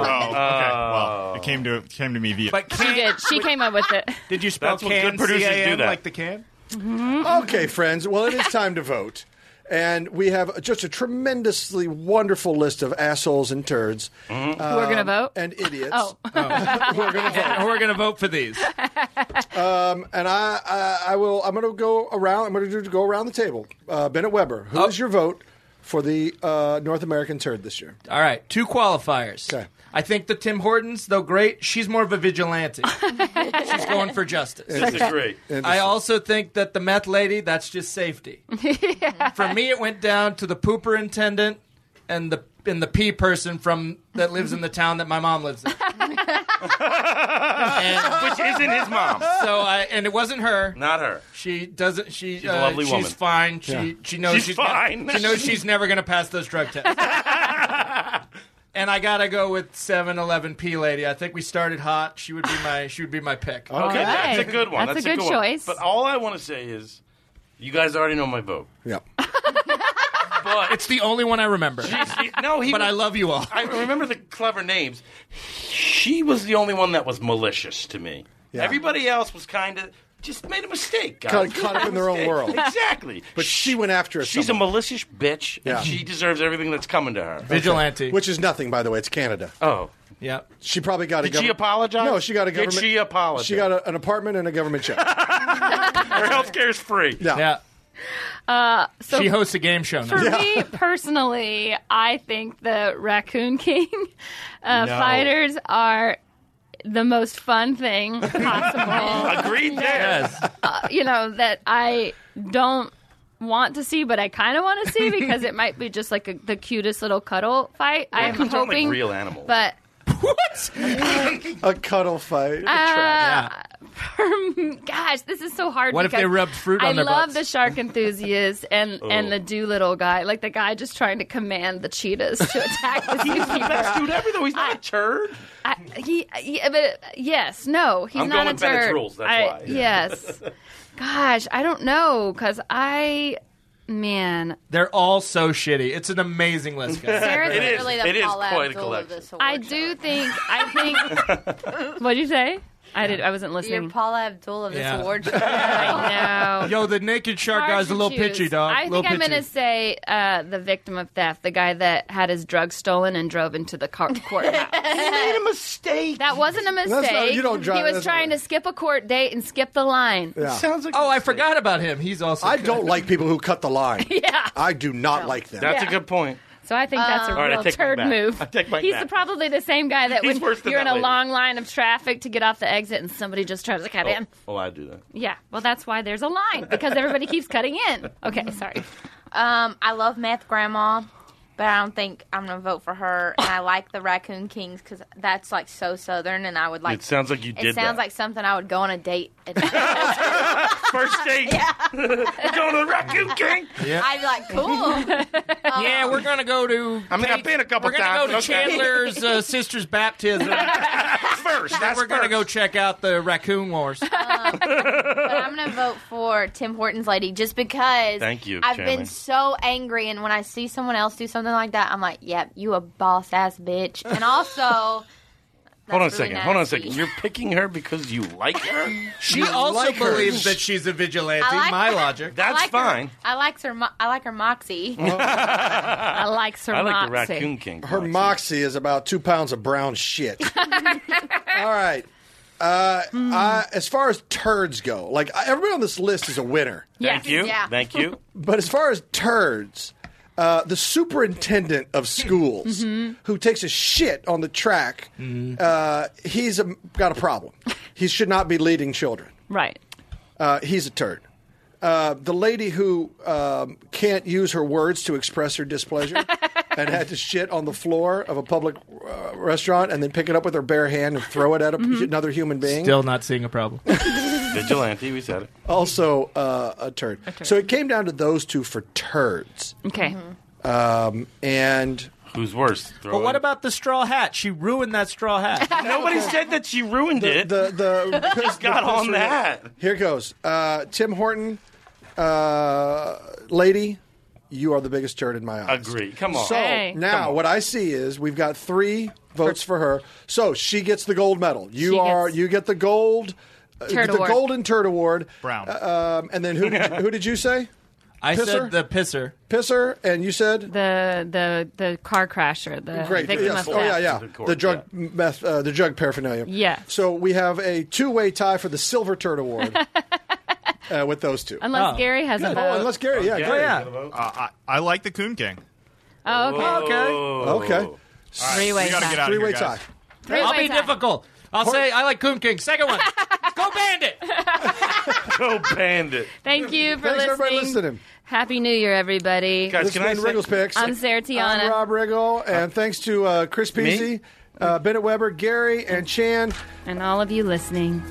Speaker 11: okay.
Speaker 10: Oh.
Speaker 11: Well, it came to it came to me via.
Speaker 6: She did. She came up with it.
Speaker 10: Did you spell
Speaker 11: That's what good
Speaker 10: can
Speaker 11: producers do
Speaker 10: C-A-N,
Speaker 11: that.
Speaker 10: like the can?
Speaker 14: Mm-hmm.
Speaker 5: Okay, friends.
Speaker 14: *laughs*
Speaker 5: Well, it is time to vote. And we have just a tremendously wonderful list of assholes and turds.
Speaker 14: Mm-hmm.
Speaker 5: Um,
Speaker 14: We're gonna vote
Speaker 10: *laughs*
Speaker 5: And idiots.
Speaker 14: Oh.
Speaker 10: We're going to vote for these.
Speaker 5: Uh, *laughs* Um, and I, I, I will. I'm going to go around. I'm going to go around the table. Uh, Bennett Weber,
Speaker 9: Oh.
Speaker 5: who is your vote for the uh, North American turd this year?
Speaker 10: All right, two qualifiers. Okay. I think the Tim Hortons, though great, she's more of a
Speaker 5: *laughs*
Speaker 10: vigilante. she's going for justice.
Speaker 9: Interesting. Great.
Speaker 10: I also think that the meth lady, that's just safety. For me, it went down to the pooper intendant and the and the pee person from that lives in the town that my mom lives in.
Speaker 9: Which isn't his mom.
Speaker 10: So I and it wasn't her.
Speaker 9: Not her.
Speaker 10: She doesn't. She, uh,
Speaker 9: She's a lovely
Speaker 10: she's
Speaker 9: woman.
Speaker 10: fine. She
Speaker 9: Yeah.
Speaker 10: she knows
Speaker 9: She's
Speaker 10: she's, never-
Speaker 9: fine.
Speaker 10: she knows she's never going to pass those drug
Speaker 9: *laughs*
Speaker 10: tests. and I gotta go with 7-Eleven P lady. I think we started hot. She would be my she would be my pick.
Speaker 9: Okay, that's a good one. That's, one. But all I want to say is, you guys already know my vote.
Speaker 10: *laughs*
Speaker 5: Yeah.
Speaker 9: but
Speaker 10: it's the only one I remember.
Speaker 9: no, he
Speaker 10: But
Speaker 9: was-
Speaker 10: I love you all.
Speaker 9: I remember the clever names. She was the only one that was malicious to me.
Speaker 5: Yeah.
Speaker 9: Everybody else was kind of just made a mistake. Guys.
Speaker 5: Kind of caught up in
Speaker 9: *laughs*
Speaker 5: their own
Speaker 9: Mistake.
Speaker 5: world.
Speaker 9: Exactly.
Speaker 5: But she went after us.
Speaker 9: She's a malicious bitch,
Speaker 5: Yeah.
Speaker 9: and she deserves everything that's coming to her.
Speaker 10: Vigilante.
Speaker 5: Which is nothing, by the way. It's Canada.
Speaker 9: Oh. *laughs*
Speaker 10: Yeah.
Speaker 5: She probably got a
Speaker 9: Did she
Speaker 5: government-
Speaker 9: apologize?
Speaker 5: No, she got a
Speaker 9: Did
Speaker 5: government.
Speaker 9: she apologize?
Speaker 5: She got a, an apartment and a
Speaker 14: *laughs*
Speaker 5: government check. *laughs*
Speaker 9: Her health care is free.
Speaker 5: Yeah.
Speaker 6: *laughs* Uh, so
Speaker 10: she hosts a game show now.
Speaker 6: For
Speaker 5: *laughs*
Speaker 6: me personally, I think the Raccoon King *laughs* uh,
Speaker 10: No.
Speaker 6: fighters are the most fun thing *laughs* possible.
Speaker 9: Agreed there.
Speaker 6: uh, you know that I don't want to see, but I kind of want to see because it might be just like a, the cutest little cuddle fight. I'm
Speaker 9: Raccoons aren't like
Speaker 6: hoping
Speaker 9: real animals. *laughs*
Speaker 6: but
Speaker 5: a cuddle fight.
Speaker 6: Uh, Gosh, this is so hard.
Speaker 5: What if
Speaker 6: because
Speaker 5: they rubbed fruit
Speaker 6: I
Speaker 5: on their
Speaker 6: love
Speaker 5: butts?
Speaker 6: the shark enthusiast
Speaker 9: *laughs*
Speaker 6: and
Speaker 9: Oh.
Speaker 6: and the Doolittle guy, like the guy just trying to command the
Speaker 9: *laughs*
Speaker 6: cheetahs to attack the
Speaker 9: He's the
Speaker 6: zookeeper.
Speaker 9: best dude ever, though. He's not a turd.
Speaker 6: I, he, yeah, but yes, no, he's
Speaker 9: I'm
Speaker 6: not
Speaker 9: going
Speaker 6: a
Speaker 9: Bennett's
Speaker 6: turd.
Speaker 9: rules, that's
Speaker 6: I-
Speaker 9: why. *laughs*
Speaker 6: Yes. Gosh, I don't know because I, man,
Speaker 10: They're all so shitty. It's an amazing list, guys.
Speaker 6: Sarah's It is-
Speaker 9: really the it is Paul quite a Abdul of collection.
Speaker 6: I do think I
Speaker 10: *laughs*
Speaker 6: think. What'd you say? I did. I wasn't listening.
Speaker 25: You're Paula Abdul of this
Speaker 10: Yeah.
Speaker 25: award show.
Speaker 10: *laughs*
Speaker 6: I know.
Speaker 10: Yo, the naked shark
Speaker 6: Hard
Speaker 10: guy's a
Speaker 6: to
Speaker 10: little
Speaker 6: choose.
Speaker 10: pitchy, dog.
Speaker 6: I think
Speaker 10: little
Speaker 6: I'm
Speaker 10: pitchy.
Speaker 6: going to say uh, the victim of theft, the guy that had his drugs stolen and drove into
Speaker 25: *laughs*
Speaker 6: the car- courthouse.
Speaker 9: made a mistake.
Speaker 6: That wasn't a
Speaker 10: That's
Speaker 6: mistake.
Speaker 10: not- you don't drive-
Speaker 6: he was
Speaker 10: that's
Speaker 6: trying to skip a court date and skip the line.
Speaker 5: Sounds like
Speaker 10: oh, I *laughs* forgot about him. He's also.
Speaker 5: I don't like people who cut the line.
Speaker 6: *laughs* Yeah.
Speaker 5: I do not like them.
Speaker 6: That's a Yeah.
Speaker 9: good point.
Speaker 6: So I think that's a
Speaker 5: Um,
Speaker 6: real
Speaker 5: All right, I take mine
Speaker 6: turd
Speaker 5: back.
Speaker 6: move.
Speaker 5: I take mine
Speaker 6: He's
Speaker 5: back.
Speaker 6: the- probably the same guy that
Speaker 9: He's
Speaker 6: when
Speaker 9: worse than
Speaker 6: you're
Speaker 9: that
Speaker 6: in a
Speaker 9: lady.
Speaker 6: long line of traffic to get off the exit and somebody just tries to cut in.
Speaker 9: Oh, I do that.
Speaker 6: Yeah, well, that's why there's a line because everybody keeps cutting in. Okay, sorry.
Speaker 8: *laughs* Um, I love Meth Grandma, but I don't think I'm gonna vote for her. And I like the Raccoon Kings because that's like so Southern, and I would like.
Speaker 9: It sounds like you
Speaker 8: It
Speaker 9: did
Speaker 8: sounds
Speaker 9: that.
Speaker 8: like something I would go on a date.
Speaker 9: *laughs*
Speaker 8: And
Speaker 9: First date. We're going to the Raccoon King.
Speaker 10: Yeah.
Speaker 8: I'd be
Speaker 9: *laughs*
Speaker 8: like, cool.
Speaker 10: *laughs* Yeah, we're gonna go to. I mean, I've been a couple We're gonna go
Speaker 9: times,
Speaker 10: to
Speaker 9: okay.
Speaker 10: Chandler's uh, sister's baptism
Speaker 9: *laughs* first.
Speaker 10: Then we're gonna go check out the Raccoon
Speaker 6: *laughs*
Speaker 10: Wars.
Speaker 8: Um, but I'm gonna vote for Tim Hortons lady just because.
Speaker 10: Thank you,
Speaker 8: I've
Speaker 10: Chandler.
Speaker 8: been so angry, and when I see someone else do something like that, I'm like, "Yep, you a boss ass bitch."
Speaker 9: *laughs*
Speaker 8: And
Speaker 9: *laughs*
Speaker 8: also,
Speaker 9: Hold on a
Speaker 8: That's really
Speaker 9: second. Hold on a
Speaker 8: nasty.
Speaker 9: second. You're picking her because you like her.
Speaker 10: *laughs* She also believes that she's a vigilante.
Speaker 8: *laughs* I like
Speaker 10: my
Speaker 8: her.
Speaker 10: logic.
Speaker 8: I
Speaker 9: That's
Speaker 8: like her-
Speaker 9: fine.
Speaker 8: I like her. Mo- I like
Speaker 9: *laughs*
Speaker 8: her moxie.
Speaker 6: I like her
Speaker 5: I
Speaker 9: like the moxie.
Speaker 8: *laughs*
Speaker 9: Raccoon King
Speaker 5: Her moxie is about two pounds of brown
Speaker 6: *laughs*
Speaker 5: shit. All right. Uh, I, as far as turds go, like I- everybody on this list is a winner.
Speaker 9: Thank you. *laughs* Thank you.
Speaker 5: But as far as turds, uh, the superintendent of schools
Speaker 9: Mhm.
Speaker 5: who takes a shit on the track, uh, he's a, got a problem. He should not be leading children.
Speaker 6: Right.
Speaker 5: Uh, he's a turd. Uh, the lady who um, can't use her words to express her displeasure and had to shit on the floor of a public uh, restaurant and then pick it up with her bare hand and throw it at a, another human being.
Speaker 10: Still not seeing a
Speaker 6: *laughs*
Speaker 10: problem.
Speaker 9: Vigilante. We said it.
Speaker 5: Also uh, a, turd. So it came down to those two for turds.
Speaker 6: Okay.
Speaker 5: Um, and
Speaker 9: who's worse?
Speaker 10: Mm-hmm. But what about the straw hat? She ruined that straw hat.
Speaker 9: Nobody said that she ruined it.
Speaker 5: The the,
Speaker 9: *laughs* Just got
Speaker 5: the-
Speaker 9: on that.
Speaker 5: Here goes. Uh, Tim Horton, uh, lady, you are the biggest turd in my eyes.
Speaker 9: Agree. Come on.
Speaker 5: So
Speaker 9: Hey. Come
Speaker 5: now
Speaker 9: on.
Speaker 5: what I see is we've got three votes for her. So she gets the gold medal. You
Speaker 9: She
Speaker 5: are you get the gold, uh,
Speaker 9: Turd
Speaker 5: the
Speaker 9: award.
Speaker 5: golden turd award.
Speaker 9: Brown.
Speaker 5: Uh, um, and then who did you, who did you say?
Speaker 10: I said the pisser.
Speaker 5: Pisser, and you said
Speaker 6: the the the car crasher, the
Speaker 5: Great.
Speaker 6: Uh, victim
Speaker 5: yes.
Speaker 6: of
Speaker 5: Oh yeah,
Speaker 6: theft.
Speaker 5: yeah. The drug meth, uh, the drug paraphernalia.
Speaker 6: Yeah.
Speaker 5: So we have a two-way tie for the Silver Turd
Speaker 6: *laughs*
Speaker 5: Award uh, with those two.
Speaker 6: Unless Gary has a
Speaker 5: Good.
Speaker 6: vote.
Speaker 5: Oh, unless Gary, yeah, Gary.
Speaker 11: Uh, I, I like the Coon King.
Speaker 6: Oh, okay.
Speaker 5: Okay.
Speaker 6: Three-way
Speaker 11: we gotta
Speaker 6: tie.
Speaker 11: get out of here,
Speaker 5: Three-way
Speaker 11: guys.
Speaker 5: tie.
Speaker 10: I'll be difficult. I'll
Speaker 11: Hor-
Speaker 10: say I like Coon King. Second one. Go Bandit.
Speaker 26: Go Bandit.
Speaker 6: Thank you for
Speaker 5: Thanks,
Speaker 6: listening.
Speaker 5: everybody, listening.
Speaker 6: Happy New Year, everybody.
Speaker 5: Guys, This can has I been say- Wriggles Picks.
Speaker 6: I'm Sarah Tiana.
Speaker 5: I'm Rob Riggle, and thanks to uh, Chris
Speaker 6: Me?
Speaker 5: Peasy, uh, Bennett Weber, Gary, and Chan,
Speaker 6: and all of you listening.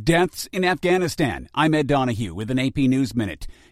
Speaker 13: Deaths in Afghanistan. I'm Ed Donahue with an AP News Minute.